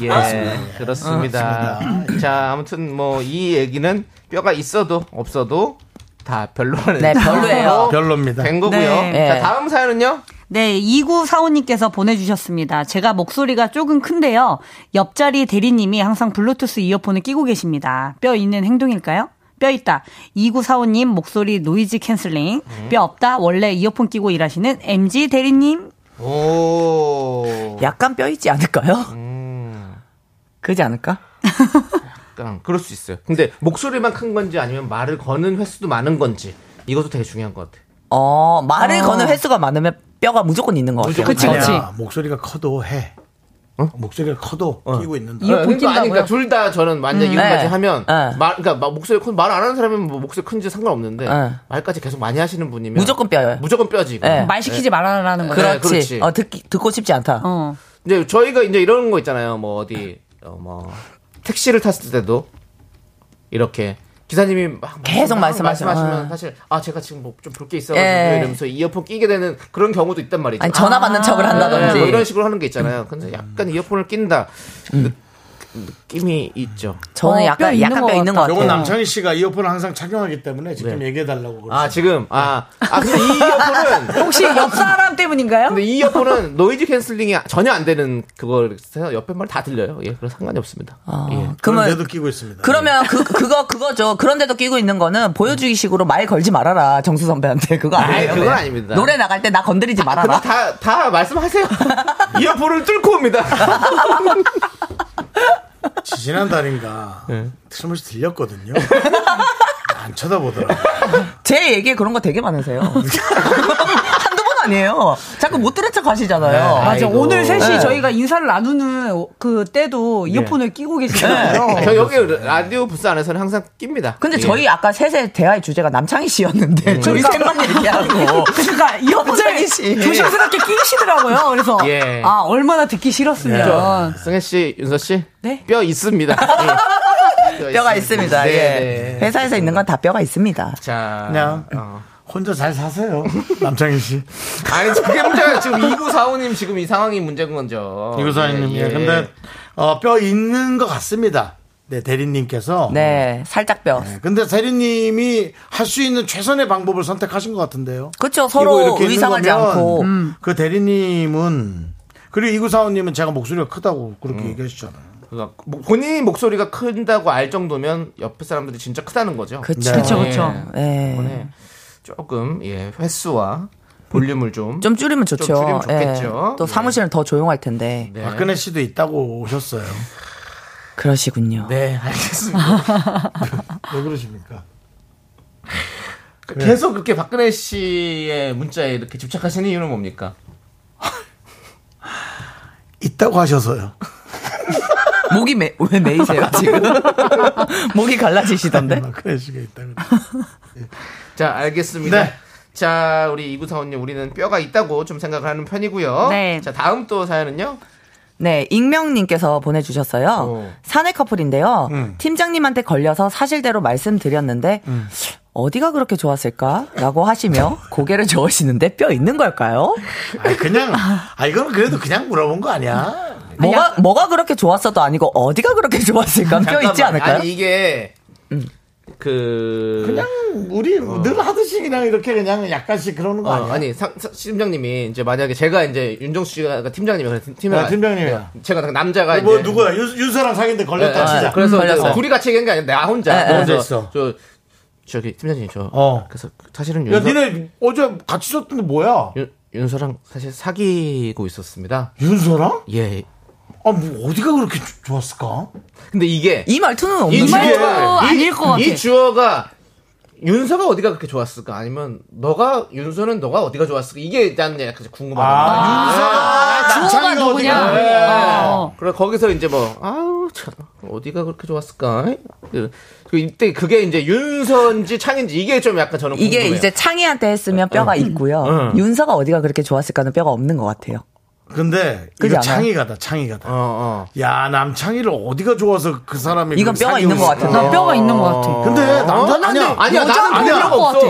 S2: 예,
S1: 그렇습니다.
S2: 그렇습니다. 자, 아무튼 뭐 이 얘기는 뼈가 있어도 없어도 다 별로라는
S1: 네, 별로예요.
S2: 별로입니다. 된 거고요.
S11: 네.
S2: 자, 다음 사연은요.
S11: 네, 2945님께서 보내주셨습니다. 제가 목소리가 조금 큰데요. 옆자리 대리님이 항상 블루투스 이어폰을 끼고 계십니다. 뼈 있는 행동일까요? 뼈 있다. 2945님 목소리 노이즈 캔슬링. 뼈 없다. 원래 이어폰 끼고 일하시는 MG 대리님.
S2: 오.
S10: 약간 뼈 있지 않을까요? 그러지 않을까?
S2: 약간 그럴 수 있어요. 근데 목소리만 큰 건지 아니면 말을 거는 횟수도 많은 건지 이것도 되게 중요한 것 같아요.
S10: 어 말을
S2: 어.
S10: 거는 횟수가 많으면 뼈가 무조건 있는 것 같아요.
S1: 아니야, 목소리가 커도 해. 목소리가 커도 끼고 있는다.
S2: 어, 그러니까 아니, 그러니까 둘 다 저는 만약 에
S1: 음.
S2: 이거까지
S1: 네.
S2: 하면
S1: 네.
S2: 말 그러니까 막 목소리 큰- 말안 하는 사람이면 뭐 목소리 큰지 상관없는데
S10: 네.
S2: 말까지 계속 많이 하시는 분이면
S10: 무조건 뼈예요.
S2: 무조건 뼈지. 이거.
S10: 네.
S2: 네.
S11: 말아라는
S2: 거죠.
S10: 그렇지.
S2: 네, 그렇지.
S10: 어, 듣기, 듣고 싶지 않다.
S11: 어.
S2: 이제 저희가 이제 이런 거 있잖아요. 뭐 어디 어 뭐 택시를 탔을 때도 이렇게 기사님이 막뭐
S10: 계속
S2: 막
S10: 말씀하시면,
S2: 말씀하시면
S10: 어.
S2: 사실 아 제가 지금 뭐 좀 볼 게 있어가지고
S10: 예.
S2: 이러면서 이어폰 끼게 되는 그런 경우도 있단 말이죠.
S10: 아니, 전화 받는 척을 한다든지.
S2: 뭐 이런 식으로 하는 게 있잖아요. 근데 약간 이어폰을 낀다
S10: 음.
S2: 느낌이 있죠.
S10: 저는 약간 약간 뼈 있는 것 같아요. 네.
S1: 요건 남창희 씨가 이어폰을 항상 착용하기 때문에 지금 얘기해달라고.
S2: 아 지금 아, 아 근데 이 이어폰은
S11: 혹시 옆 사람 때문인가요?
S2: 근데 이 이어폰은 노이즈 캔슬링이 전혀 안 되는 그거라서 옆에 말 다 들려요. 예, 그런 상관이 없습니다.
S10: 아.
S2: 예.
S10: 그러면-
S1: 그런데도 끼고 있습니다.
S10: 그러면 그 그거 그거죠. 그런데도 끼고 있는 거는 보여주기식으로 말 걸지 말아라 정수 선배한테 그거
S2: 아니,
S10: 아니에요.
S2: 그건 아닙니다.
S10: 노래 나갈 때 나 건드리지 말아라.
S2: 그거 다, 다 말씀하세요. 이어폰을 뚫고 옵니다.
S10: 그
S1: 지난달인가
S10: 네.
S1: 트럼에서 들렸거든요. 안 쳐다보더라고요.
S10: 제 얘기에 그런 거 되게 많으세요. 한두 번 아니에요. 자꾸 못 들은 척 어, 하시잖아요.
S11: 맞아. 오늘 셋이
S10: 네.
S11: 저희가 인사를 나누는 그 때도 이어폰을 끼고 계시잖아요.
S2: 저 여기 라디오 부스 안에서는 항상 낍니다.
S10: 근데
S2: 예.
S10: 저희 아까 셋의 대화의 주제가 남창희 씨였는데 저희
S11: 그러니까.
S10: 셋만 얘기하고
S11: 그러니까 이어폰을
S10: 남창희 씨.
S11: 조심스럽게 끼시더라고요. 그래서
S2: 예.
S10: 어,
S11: 아 얼마나 듣기 싫었으면
S2: 승혜 씨, 윤서 씨. 뼈 있습니다. 예.
S10: 네? 뼈가 있습니다.
S2: 네, 네.
S10: 예. 회사에서 있는 건 다 뼈가 있습니다.
S2: 자,
S11: 네.
S10: 네.
S2: 어.
S1: 그냥 어. 혼자 잘 사세요. 남창희 씨.
S2: 아니, 그게 문제가 지금 2945님 지금 이 상황이 문제인
S10: 어,
S2: 건죠.
S1: 이구사님. 예, 근데 어, 뼈 있는 것 같습니다. 네, 대리님께서.
S10: 네, 살짝 뼈.
S1: 근데 대리님이 할 수 있는 최선의 방법을 선택하신 것 같은데요.
S10: 그쵸,
S1: 이거
S10: 서로
S1: 이렇게 있는
S10: 의상하지
S1: 거면
S10: 않고.
S1: 그 대리님은 그리고 이구사원님은 제가 목소리가 크다고 그렇게
S10: 음.
S1: 얘기하시잖아요.
S2: 그러니까 뭐 본인 목소리가 큰다고 알 정도면 옆에 사람들이 진짜 크다는 거죠.
S10: 예.
S2: 네.
S10: 그쵸. 그쵸, 그쵸.
S2: 예. 이번에 조금 예 횟수와 볼륨을 좀.
S10: 좀 줄이면 좋죠.
S2: 좀 줄이면 좋겠죠. 네.
S10: 예. 또 사무실은 더 조용할 텐데.
S1: 박근혜 씨도 있다고 오셨어요.
S10: 그러시군요.
S1: 네, 알겠습니다. 왜 그러십니까?
S2: 계속 그렇게 박근혜 씨의 문자에 이렇게 집착하시는 이유는 뭡니까?
S1: 있다고 하셔서요.
S10: 목이 매, 왜 매이세요, 지금? 목이
S2: 네.
S10: 갈라지시던데?
S1: 박근혜 씨가 아, 있다고.
S2: 자, 알겠습니다. 자, 우리 이구사원님, 우리는 뼈가 있다고 좀 생각을 하는 편이고요.
S10: 네.
S2: 자, 다음 또 사연은요?
S10: 네, 익명님께서 보내주셨어요. 사내 커플인데요.
S2: 음.
S10: 팀장님한테 걸려서 사실대로 말씀드렸는데, 어디가 그렇게 좋았을까? 라고 하시며 고개를 저으시는데 뼈 있는 걸까요?
S1: 아니, 그냥, 아, 이건 그래도 그냥 물어본 거 아니야?
S10: 뭐가, 뭐가 그렇게 좋았어도 아니고 어디가 그렇게 좋았을까? 뼈 있지
S2: 잠깐만.
S10: 않을까요?
S2: 아니, 이게, 그.
S1: 그냥 우리 늘 하듯이 그냥 이렇게 그냥 약간씩 그러는 거
S2: 어,
S1: 아니야?
S2: 아니 상, 상- 팀장님이 이제 만약에 제가 이제 윤정수 씨가 팀장님이 팀
S1: 아, 팀장님이야.
S2: 제가 남자가
S1: 뭐
S2: 이제
S1: 누구야? 윤, 윤서랑 사귄데 걸렸다
S2: 예, 예.
S1: 진짜.
S2: 그래서 이제
S1: 걸렸어.
S2: 둘이 같이 얘기한 게 아니라 나 혼자
S1: 예, 예.
S2: 먼저
S1: 혼자 있어. 어.
S2: 저 저기 팀장님 저 그래서 사실은
S1: 야,
S2: 윤서
S1: 니네 어제 같이 썼던데 뭐야?
S2: 윤, 윤서랑 사실 사귀고 있었습니다.
S1: 윤서랑?
S2: 예.
S1: 아, 뭐 어디가 그렇게 조- 좋았을까?
S2: 근데 이게
S10: 이 말투는
S2: 이
S1: 말투
S2: 주어가-
S1: 아닐
S2: 이-
S1: 것 같아.
S2: 이 주어가 윤서가 어디가 그렇게 좋았을까? 아니면 너가 윤서는 너가 어디가 좋았을까? 이게 일단 약간 궁금하다.
S1: 아, 윤서가 남창이가 주어가 누구냐? 어디가
S11: 네.
S1: 그래. 어.
S2: 그래 거기서 이제 뭐 아우 참 어디가 그렇게 좋았을까? 그- 그 이때 그게 이제 윤서인지 창인지 이게 좀 약간 저는
S10: 이게
S2: 아, 궁금해요. 어. 음.
S10: 이제 창희한테 했으면 뼈가
S2: 응.
S10: 있고요.
S2: 응.
S10: 윤서가 어디가 그렇게 좋았을까는 뼈가 없는 것 같아요.
S1: 근데
S10: 그지
S1: 이거
S10: 않아요?
S1: 창의가다, 창의가다.
S2: 어,
S1: 야, 남창희를 어디가 좋아서 그 사람이
S10: 이건 뼈가 있는 것 같은데.
S1: 나
S10: 뼈가 있는 것
S1: 같아. 근데 남자는
S2: 어? 아니야, 아니야, 나는 그럴 필요가 없어.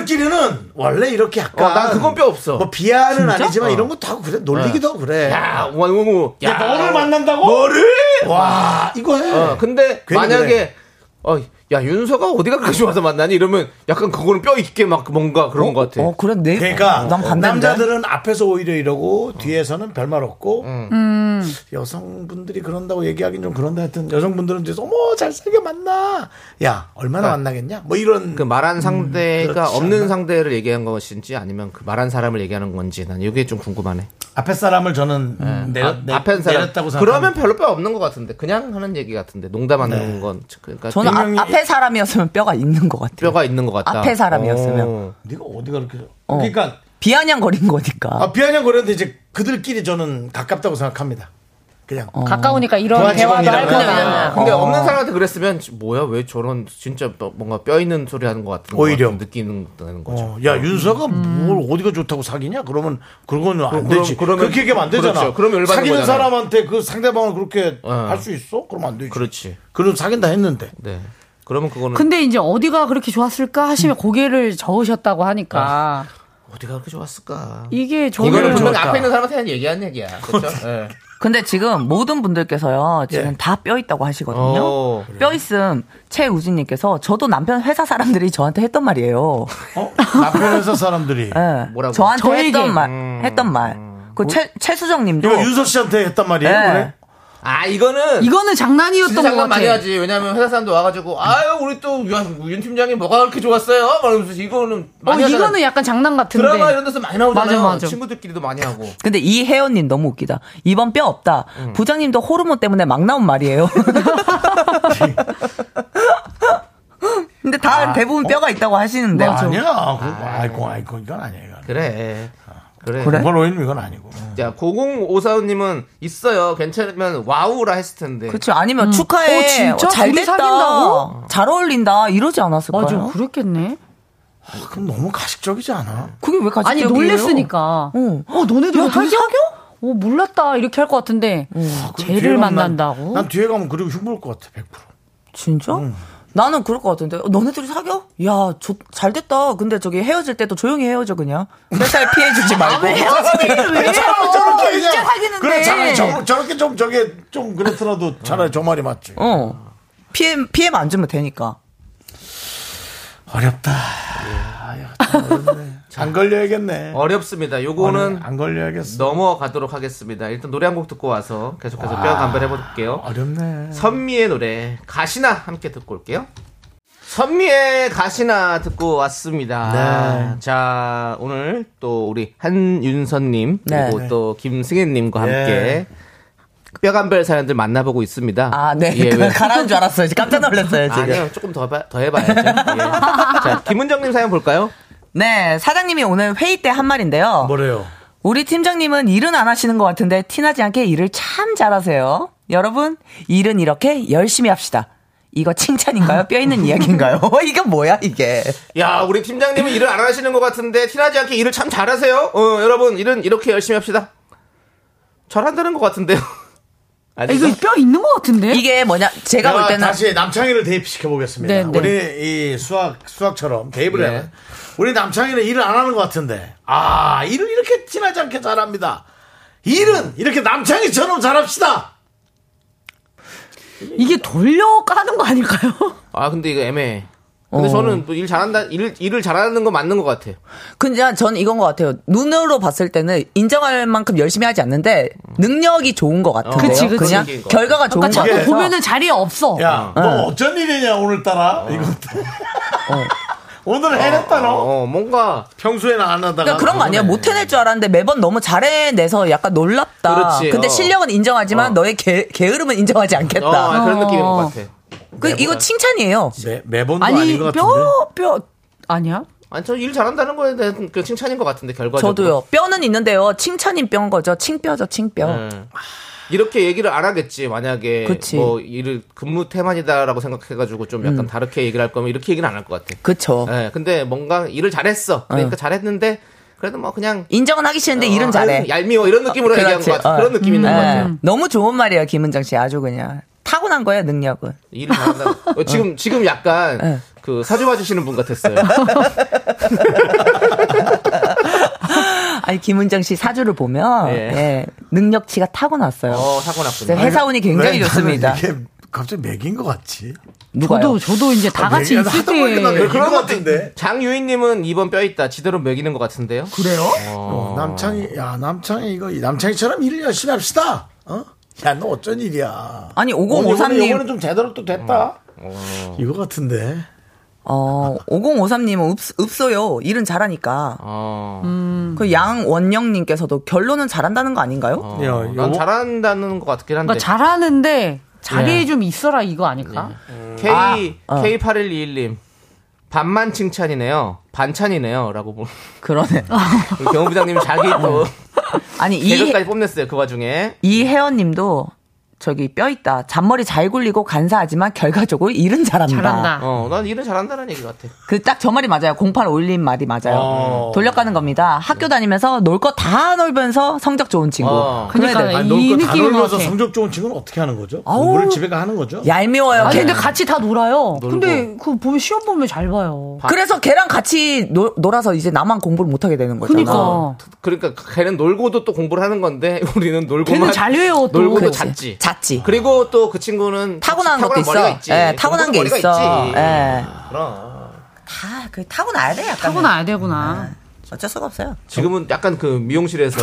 S1: 남자들끼리는 원래 이렇게 약간
S2: 어, 난 그건 뼈 없어.
S1: 뭐 비하는
S2: 진짜?
S1: 아니지만
S2: 어.
S1: 이런 것도 하고 그래 놀리기도 하고 그래.
S2: 야, 원우,
S1: 야, 너를 만난다고?
S2: 너를?
S1: 와, 이거 해.
S2: 어, 근데
S1: 네. 괜히
S2: 만약에
S1: 그래.
S2: 어, 야 윤서가 어디가 그렇게 좋아서 만나니 이러면 약간 그거는 뼈 있게 막 뭔가
S1: 어?
S2: 그런 것 같아.
S10: 어, 그래 내
S2: 어,
S1: 그러니까
S10: 난 반대인데.
S1: 남자들은 앞에서 오히려 이러고 뒤에서는 별말 없고
S10: 음.
S1: 여성분들이 그런다고 얘기하긴 좀 그런데 하여튼 여성분들은 뒤에서 어머 잘생겨 만나 야 얼마나 만나겠냐 뭐 이런
S2: 어. 그 말한 상대가
S1: 그렇지
S2: 없는
S1: 않나?
S2: 상대를 얘기한 것인지 아니면 그 말한 사람을 얘기하는 건지 난 이게 좀 궁금하네. 아,
S1: 앞에 사람을 저는 음, 내렸,
S2: 앞-
S1: 내,
S2: 앞에 사람
S1: 내렸다고 생각
S2: 그러면 별로 뼈 없는 것 같은데 그냥 하는 얘기 같은데 농담하는
S1: 네.
S2: 건 그러니까
S10: 저는
S2: 분명히
S10: 아- 앞에 사람이었으면 뼈가 있는 것 같아요.
S2: 뼈가 있는 것 같다.
S10: 앞에 사람이었으면.
S2: 어.
S1: 네가 어디가 이렇게
S10: 어.
S1: 그러니까
S10: 비아냥거린 거니까.
S1: 아, 비아냥거리는데 이제 그들끼리 저는 가깝다고 생각합니다 그냥
S11: 어. 가까우니까 이런
S1: 도화지방이라고
S11: 대화도 할
S1: 하잖아.
S11: 거다.
S2: 근데
S1: 어.
S2: 없는 사람한테 그랬으면 뭐야 왜 저런 진짜 뼈- 뭔가 뼈 있는 소리 하는 것 같은
S1: 오히려.
S2: 것 같은 느끼는 다는 거죠.
S1: 어, 야 윤서가
S11: 음.
S1: 뭘 어디가 좋다고 사귀냐 그러면 그건 안
S2: 그럼-
S1: 되지
S2: 그러면-
S1: 그렇게 얘기하면 안 되잖아
S2: 그렇죠. 그러면 열받는
S1: 사귀는
S2: 거잖아.
S1: 사람한테 그 상대방을 그렇게 할 수 있어 그러면 안 되지
S2: 그렇지.
S1: 그럼 사귄다 했는데
S2: 네. 그러면 그거는
S11: 근데 이제 어디가 그렇게 좋았을까 하시면 고개를 저으셨다고 하니까
S2: 음. 아, 어디가 그렇게 좋았을까?
S11: 이게 저는
S2: 이거는 분명 앞에 있는 사람한테 얘기한 얘기야. 그렇죠? 예.
S10: 근데 지금 모든 분들께서요 지금
S2: 예.
S10: 다 뼈 있다고 하시거든요.
S2: 어,
S10: 뼈 있음 최우진님께서 저도 남편 회사 사람들이 저한테 했던 말이에요.
S1: 어? 남편 회사 사람들이
S11: 어.
S10: 예.
S2: 뭐라고?
S10: 저한테
S1: 저에게.
S10: 했던 말, 했던 말. 그 최, 최수정님도
S1: 이거 윤서 씨한테 했단 말이에요
S11: 네.
S10: 예.
S1: 그래?
S2: 아 이거는
S11: 이거는 장난이었던
S2: 진짜
S11: 것
S2: 장난
S11: 같아.
S2: 많이 하지. 왜냐면 회사 사람도 와가지고 아유 우리 또윤 팀장님 뭐가 그렇게 좋았어요? 말하면서 이거는
S11: 어,
S2: 많이 하잖아.
S11: 이거는 약간 장난 같은데.
S2: 드라마 이런 데서 많이 나오잖아요.
S11: 맞아, 맞아.
S2: 친구들끼리도 많이 하고.
S10: 근데 이 혜연님 너무 웃기다. 이번 뼈 없다.
S11: 음.
S10: 부장님도 호르몬 때문에 막 나온 말이에요. 근데 다
S1: 아,
S10: 대부분
S11: 어?
S10: 뼈가 있다고
S11: 네,
S10: 하시는데.
S1: 아니야 그거 아이고 아이고 이건 아니야 이건
S2: 그래. 그래.
S1: 그래? 오님 이건 아니고
S2: 아, 자, 005사원님은 있어요. 괜찮으면 와우라 했을 텐데.
S10: 그렇죠. 아니면 축하해.
S11: 어, 진짜?
S10: 잘
S11: 둘이
S10: 됐다.
S11: 사귄다고?
S10: 잘 어울린다. 이러지 않았을까요?
S11: 맞아, 그랬겠네.
S1: 아, 그럼 너무 가식적이지 않아?
S10: 그게 왜 가지?
S11: 아니 놀랬으니까. 어, 너네도
S10: 야, 둘이 사겨?
S11: 어, 몰랐다 이렇게 할 것 같은데.
S2: 어,
S11: 쟤를
S1: 뒤에만 난-
S11: 만난다고?
S1: 난 뒤에 가면 그리고 흉볼 것 같아 100%
S10: 진짜? 나는 그럴 것 같은데. 어, 너네 둘이 사겨? 야, 저, 잘 됐다. 근데 저기 헤어질 때도 조용히 헤어져, 그냥. 회사에 피해 주지 말고.
S1: 차라리 저렇게
S10: 진짜
S1: 그냥-
S10: 사귀는데. 네.
S1: 그래 차라리 저, 저렇게 좀 저게 좀 그렇더라도 차라리 저 말이 맞지
S10: 어. 피해, 피해만 안 주면 되니까.
S1: 어렵다 예, 아, 안 걸려야겠네
S2: 어렵습니다. 요거는
S1: 안 걸려야겠어
S2: 넘어가도록 하겠습니다. 일단 노래 한 곡 듣고 와서 계속해서
S10: 아,
S2: 뼈 감별해 볼게요.
S1: 어렵네
S2: 선미의 노래 가시나 함께 듣고 올게요. 선미의 가시나 듣고 왔습니다.
S10: 네.
S2: 자, 오늘 또 우리 한윤선님,
S10: 네.
S2: 그리고
S10: 네.
S2: 또 김승혜님과 함께
S10: 네.
S2: 뼈간별 사연들 만나보고 있습니다.
S10: 아, 네.
S2: 예, 왜-
S10: 가라앉은 줄 알았어요. 지금 깜짝 놀랐어요, 지금.
S2: 아니요, 조금 더, 해봐- 더 해봐야죠. 예. 자, 김은정님 사연 볼까요?
S10: 네, 사장님이 오늘 회의 때 한 말인데요.
S1: 뭐래요?
S10: 우리 팀장님은 일은 안 하시는 것 같은데 티나지 않게 일을 참 잘하세요. 여러분, 일은 이렇게 열심히 합시다. 이거 칭찬인가요? 뼈 있는 이야기인가요? 이게 뭐야, 이게.
S2: 야, 우리 팀장님은 일을 안 하시는 것 같은데, 티나지 않게 일을 참 잘하세요? 어, 여러분, 일은 이렇게 열심히 합시다. 잘한다는 것 같은데요. 아니,
S11: 이거 뼈 있는 것 같은데?
S10: 이게 뭐냐, 제가 볼 때는.
S1: 다시 남창희를 대입시켜 보겠습니다.
S10: 네, 네.
S1: 우리 이 수학 수학처럼 대입을
S10: 네.
S1: 해요. 우리 남창희는 일을 안 하는 것 같은데 아 일을 이렇게 티나지 않게 잘합니다. 일은 이렇게 남창희처럼 잘합시다.
S11: 이게 돌려 까는 거 아닐까요? 그러니까
S2: 아, 근데 이거 애매해. 근데
S10: 어.
S2: 저는 또 일 잘한다, 일, 일을 잘하는 거 맞는 것 같아요.
S10: 근데 전 이건 것 같아요. 눈으로 봤을 때는 인정할 만큼 열심히 하지 않는데 능력이 좋은 것 같은데요.
S11: 그치, 그치.
S10: 냥
S11: 그러니까
S10: 결과가 좋은
S11: 그러니까
S10: 것
S11: 자꾸
S10: 같아요.
S11: 보면은 자리에 없어.
S1: 야, 너 어쩐 네. 어. 일이냐 오늘따라 이거 오늘 해냈다 너.
S2: 어, 뭔가
S1: 어. 평소에는 안 하다가
S10: 그러니까 그런 거 아니에요. 못 해낼 줄 알았는데 매번 너무 잘해내서 약간 놀랍다.
S2: 그렇지,
S10: 근데
S2: 어.
S10: 실력은 인정하지만 너의 게, 게으름은 인정하지 않겠다.
S2: 어, 아, 그런 느낌인 것 같아.
S10: 그, 이거 칭찬이에요.
S1: 매, 매번도
S11: 아니
S1: 아닌 것 같은데.
S11: 뼈 뼈 아니야?
S2: 아니, 저 일 잘한다는 거에 대한 그 칭찬인 것 같은데, 결과적으로.
S10: 저도요. 뼈는 있는데요. 칭찬인 뼈인 거죠. 칭뼈죠, 칭뼈.
S2: 네. 이렇게 얘기를 안 하겠지 만약에
S10: 그치.
S2: 뭐 일을 근무 태만이다라고 생각해가지고 좀 약간
S10: 음.
S2: 다르게 얘기를 할 거면 이렇게 얘기는 안 할 것 같아.
S10: 그쵸.
S2: 예, 근데 뭔가 일을 잘했어. 그러니까
S10: 어.
S2: 잘했는데 그래도 뭐 그냥
S10: 인정은 하기 싫은데 일은
S2: 어,
S10: 잘해.
S2: 아유, 얄미워 이런 느낌으로
S10: 어,
S2: 얘기한
S10: 그렇지.
S2: 것 같아.
S10: 어.
S2: 그런 느낌 있는 것 같아요.
S10: 너무 좋은 말이에요, 김은정 씨. 아주 그냥. 타고난 거예요, 능력은.
S2: 일을 잘한다. 어, 지금 지금 약간
S10: 음.
S2: 그 사주 봐주시는 분 같았어요.
S10: 아니, 김은정 씨 사주를 보면,
S1: 예.
S10: 예, 능력치가 타고났어요.
S2: 어, 타고 났군요.
S10: 진짜 네, 회사운이 굉장히
S1: 왜 나는
S10: 좋습니다.
S1: 이게 갑자기 맥인 것 같지?
S10: 누가요?
S11: 저도 저도 이제 다
S1: 아,
S11: 같이
S1: 얘기하다
S11: 있을
S1: 보니까 나
S11: 때
S1: 맥인
S2: 그런
S1: 것
S2: 것도
S1: 같은데.
S2: 장유인님은 이번 뼈 있다. 지대로 먹이는 것 같은데요.
S1: 그래요? 어. 남창이 야 남창이 이거 남창이처럼 일을 열심히 합시다. 어? 야 너 어쩐 일이야. 어,
S10: 아니,
S1: 이거는,
S10: 5053님.
S1: 이거는 좀 제대로 또 됐다. 어. 이거 같은데.
S10: 어, 5053님은 없, 어요 일은 잘하니까.
S2: 어.
S11: 음.
S10: 그 양원영님께서도 결론은 잘한다는 거 아닌가요?
S1: 야,
S2: 난
S1: 요거-
S2: 잘한다는 것 같긴 한데. 네.
S11: 그러니까 잘하는데 자리에 좀 있어라 이거 아닐까?
S2: K
S10: 아, 어.
S2: K8121님 반만 칭찬이네요. 반찬이네요라고 보.
S10: 그러네.
S11: 아.
S2: 우리 경호 부장님 자기 또
S10: 아니, 어. 이,
S2: 개그까지 뽐냈어요 그 와중에.
S10: 이혜원님도 저기 뼈 있다. 잔머리 잘 굴리고 간사하지만 결과적으로 일은 잘한다.
S11: 잘한다.
S2: 어, 난 일을 잘한다는 얘기 같아.
S10: 그 딱 저 말이 맞아요. 08 올린 말이 맞아요. 음.
S1: 어.
S10: 돌려가는 겁니다. 학교 다니면서 놀 거 다 놀면서 성적 좋은 친구.
S2: 어.
S10: 그래야
S11: 그러니까
S10: 돼요.
S11: 이
S1: 아니, 너그다
S11: 느낌인 것
S1: 놀면서
S11: 같아.
S1: 성적 좋은 친구는 어떻게 하는 거죠?
S10: 아우.
S1: 공부를 집에 가 하는 거죠?
S10: 얄미워요.
S11: 아니
S10: 걔.
S11: 근데 같이 다 놀아요. 근데 그 보면 시험 보면 잘 봐요.
S10: 그래서 걔랑 같이 놀, 놀아서 이제 나만 공부를 못하게 되는 거잖아.
S11: 그러니까
S2: 그러니까 걔는 놀고도 또 공부를 하는 건데 우리는 놀고만
S11: 걔는 잘 외워 또.
S2: 놀고도
S10: 그렇지.
S2: 잤지.
S10: 잤지.
S2: 그리고 또 그 친구는
S10: 타고난 것도
S2: 머리가
S10: 있어.
S2: 있지.
S10: 예, 타고난 게
S2: 머리가
S10: 있어.
S2: 있지. 아,
S10: 예.
S2: 그럼.
S10: 다, 그, 타고나야 돼, 약간.
S11: 타고 나야 되구나.
S10: 어쩔 수가 없어요.
S2: 지금은 약간 그 미용실에서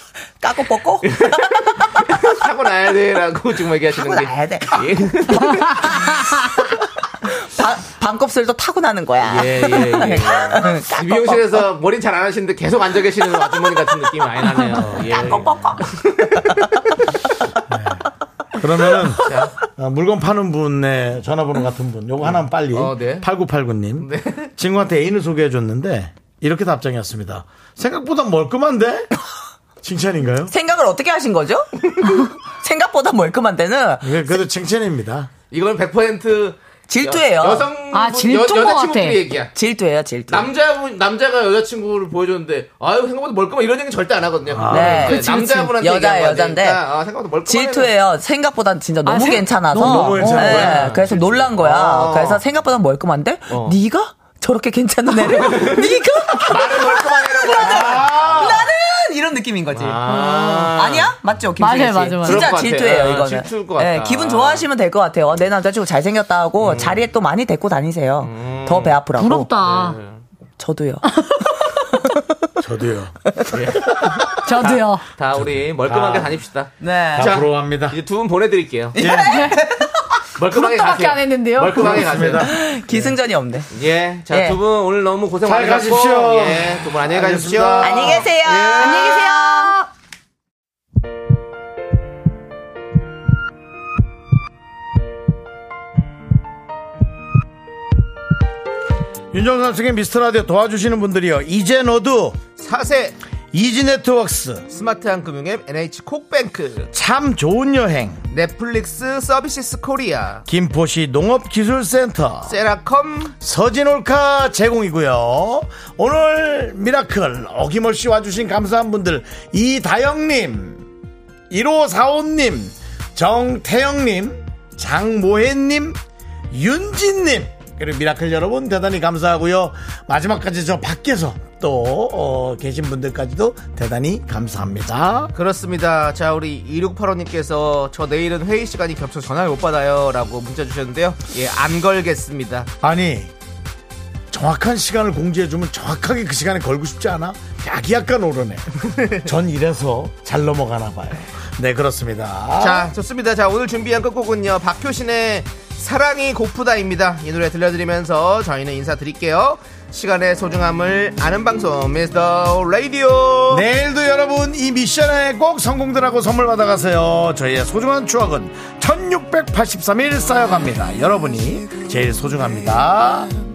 S10: 까고 뻗고?
S2: 타고나야 돼라고 지금 얘기하시는 게.
S10: 타고나야 돼.
S2: 예.
S10: 바- 반곱슬도 타고나는 거야.
S2: 예, 예, 예.
S10: 까-
S2: 미용실에서 머리 잘 안 하시는데 계속 앉아 계시는 아주머니 같은 느낌이 많이 나네요. 예.
S1: 그러면은
S2: 자,
S1: 어, 물건 파는 분의 전화번호 같은 분, 요거 하나 만 빨리.
S2: 어, 네.
S1: 8989님.
S2: 네.
S1: 친구한테 애인을 소개해 줬는데 이렇게 답장이 왔습니다. 생각보다 멀끔한데? 칭찬인가요?
S10: 생각을 어떻게 하신 거죠? 생각보다 멀끔한데는
S1: 예, 그래도 칭찬입니다.
S2: 이건 100%
S10: 질투예요.
S2: 여, 여성
S11: 아, 질투인 것 같아.
S2: 여자친구끼리 얘기야.
S10: 질투예요, 질투.
S2: 네. 남자분 남자가 여자친구를 보여줬는데 아유 생각보다 멀끔한 이런 얘기는 절대 안 하거든요.
S10: 네.
S2: 이제
S10: 그치, 그치.
S2: 남자분한테
S10: 여자예요,
S2: 얘기한 거니까,
S10: 여잔데.
S2: 아, 생각보다 멀끔한
S10: 질투예요. 생각보다 진짜 너무
S11: 생-
S10: 괜찮아서.
S1: 너무 괜찮은
S10: 예,
S1: 거야.
S10: 그래서 놀란 거야.
S2: 어.
S10: 그래서 생각보다 멀끔한데?
S2: 어.
S10: 네가 저렇게 괜찮은 애를? 네가?
S2: 애는. 멀끔한 애는 뭐야?
S10: 나는 이런 느낌인 거지.
S2: 아.
S10: 음. 아니야? 맞죠? 김
S11: 맞아요,
S10: 씨.
S11: 맞아요, 맞아요.
S2: 그럴
S10: 진짜
S2: 것 같아.
S10: 질투예요,
S2: 아,
S10: 이거는.
S2: 질투일 것 같다. 음.
S10: 예, 기분 좋아하시면 될 것 같아요. 내 남자친구 잘생겼다 하고 자리에 또 많이 데리고 다니세요. 더 배 아프라고.
S11: 부럽다.
S10: 저도요.
S1: 저도요.
S11: 저도요.
S2: 다 우리 멀끔하게
S1: 다.
S2: 다닙시다.
S10: 네.
S1: 다 부러워합니다.
S2: 이제 두 분 보내드릴게요. 네. 멀끔하게
S10: 예. 구독도밖에
S2: 가세요.
S10: 안 했는데요.
S2: 멀끔하게 가세요.
S10: 기승전이 없네.
S2: 예. 자,
S10: 예.
S2: 두 분 오늘 너무 고생
S10: 잘
S2: 많으셨고
S10: 가십시오.
S2: 예. 두 분 안녕히 가십시오.
S10: 알겠습니다. 안녕히 계세요.
S2: 예.
S10: 안녕히 계세요.
S1: 윤정수 남성의 미스터라디오 도와주시는 분들이요. 이제 너도
S2: 사세
S1: 이지네트웍스
S2: 스마트한 금융앱 NH콕뱅크
S1: 참 좋은 여행
S2: 넷플릭스 서비스 코리아
S1: 김포시 농업기술센터
S2: 세라컴
S1: 서진올카 제공이고요. 오늘 미라클 어김없이 와주신 감사한 분들 이다영님, 1545님, 정태영님, 장모혜님, 윤진님 그리고 미라클 여러분 대단히 감사하고요. 마지막까지 저 밖에서 또 어, 계신 분들까지도 대단히 감사합니다.
S2: 그렇습니다. 자, 우리 2685님께서 저 내일은 회의 시간이 겹쳐 전화를 못 받아요. 라고 문자 주셨는데요. 예, 안 걸겠습니다.
S1: 아니 정확한 시간을 공지해주면 정확하게 그 시간에 걸고 싶지 않아? 약이 약간 오르네. 전 이래서 잘 넘어가나 봐요. 네 그렇습니다.
S2: 자, 좋습니다. 자, 오늘 준비한 끝곡은요. 박효신의 사랑이 고프다입니다. 이 노래 들려드리면서 저희는 인사드릴게요. 시간의 소중함을 아는 방송, 미스터 라디오.
S1: 내일도 여러분 이 미션에 꼭 성공들 하고 선물 받아가세요. 저희의 소중한 추억은 1683일 쌓여갑니다. 여러분이 제일 소중합니다.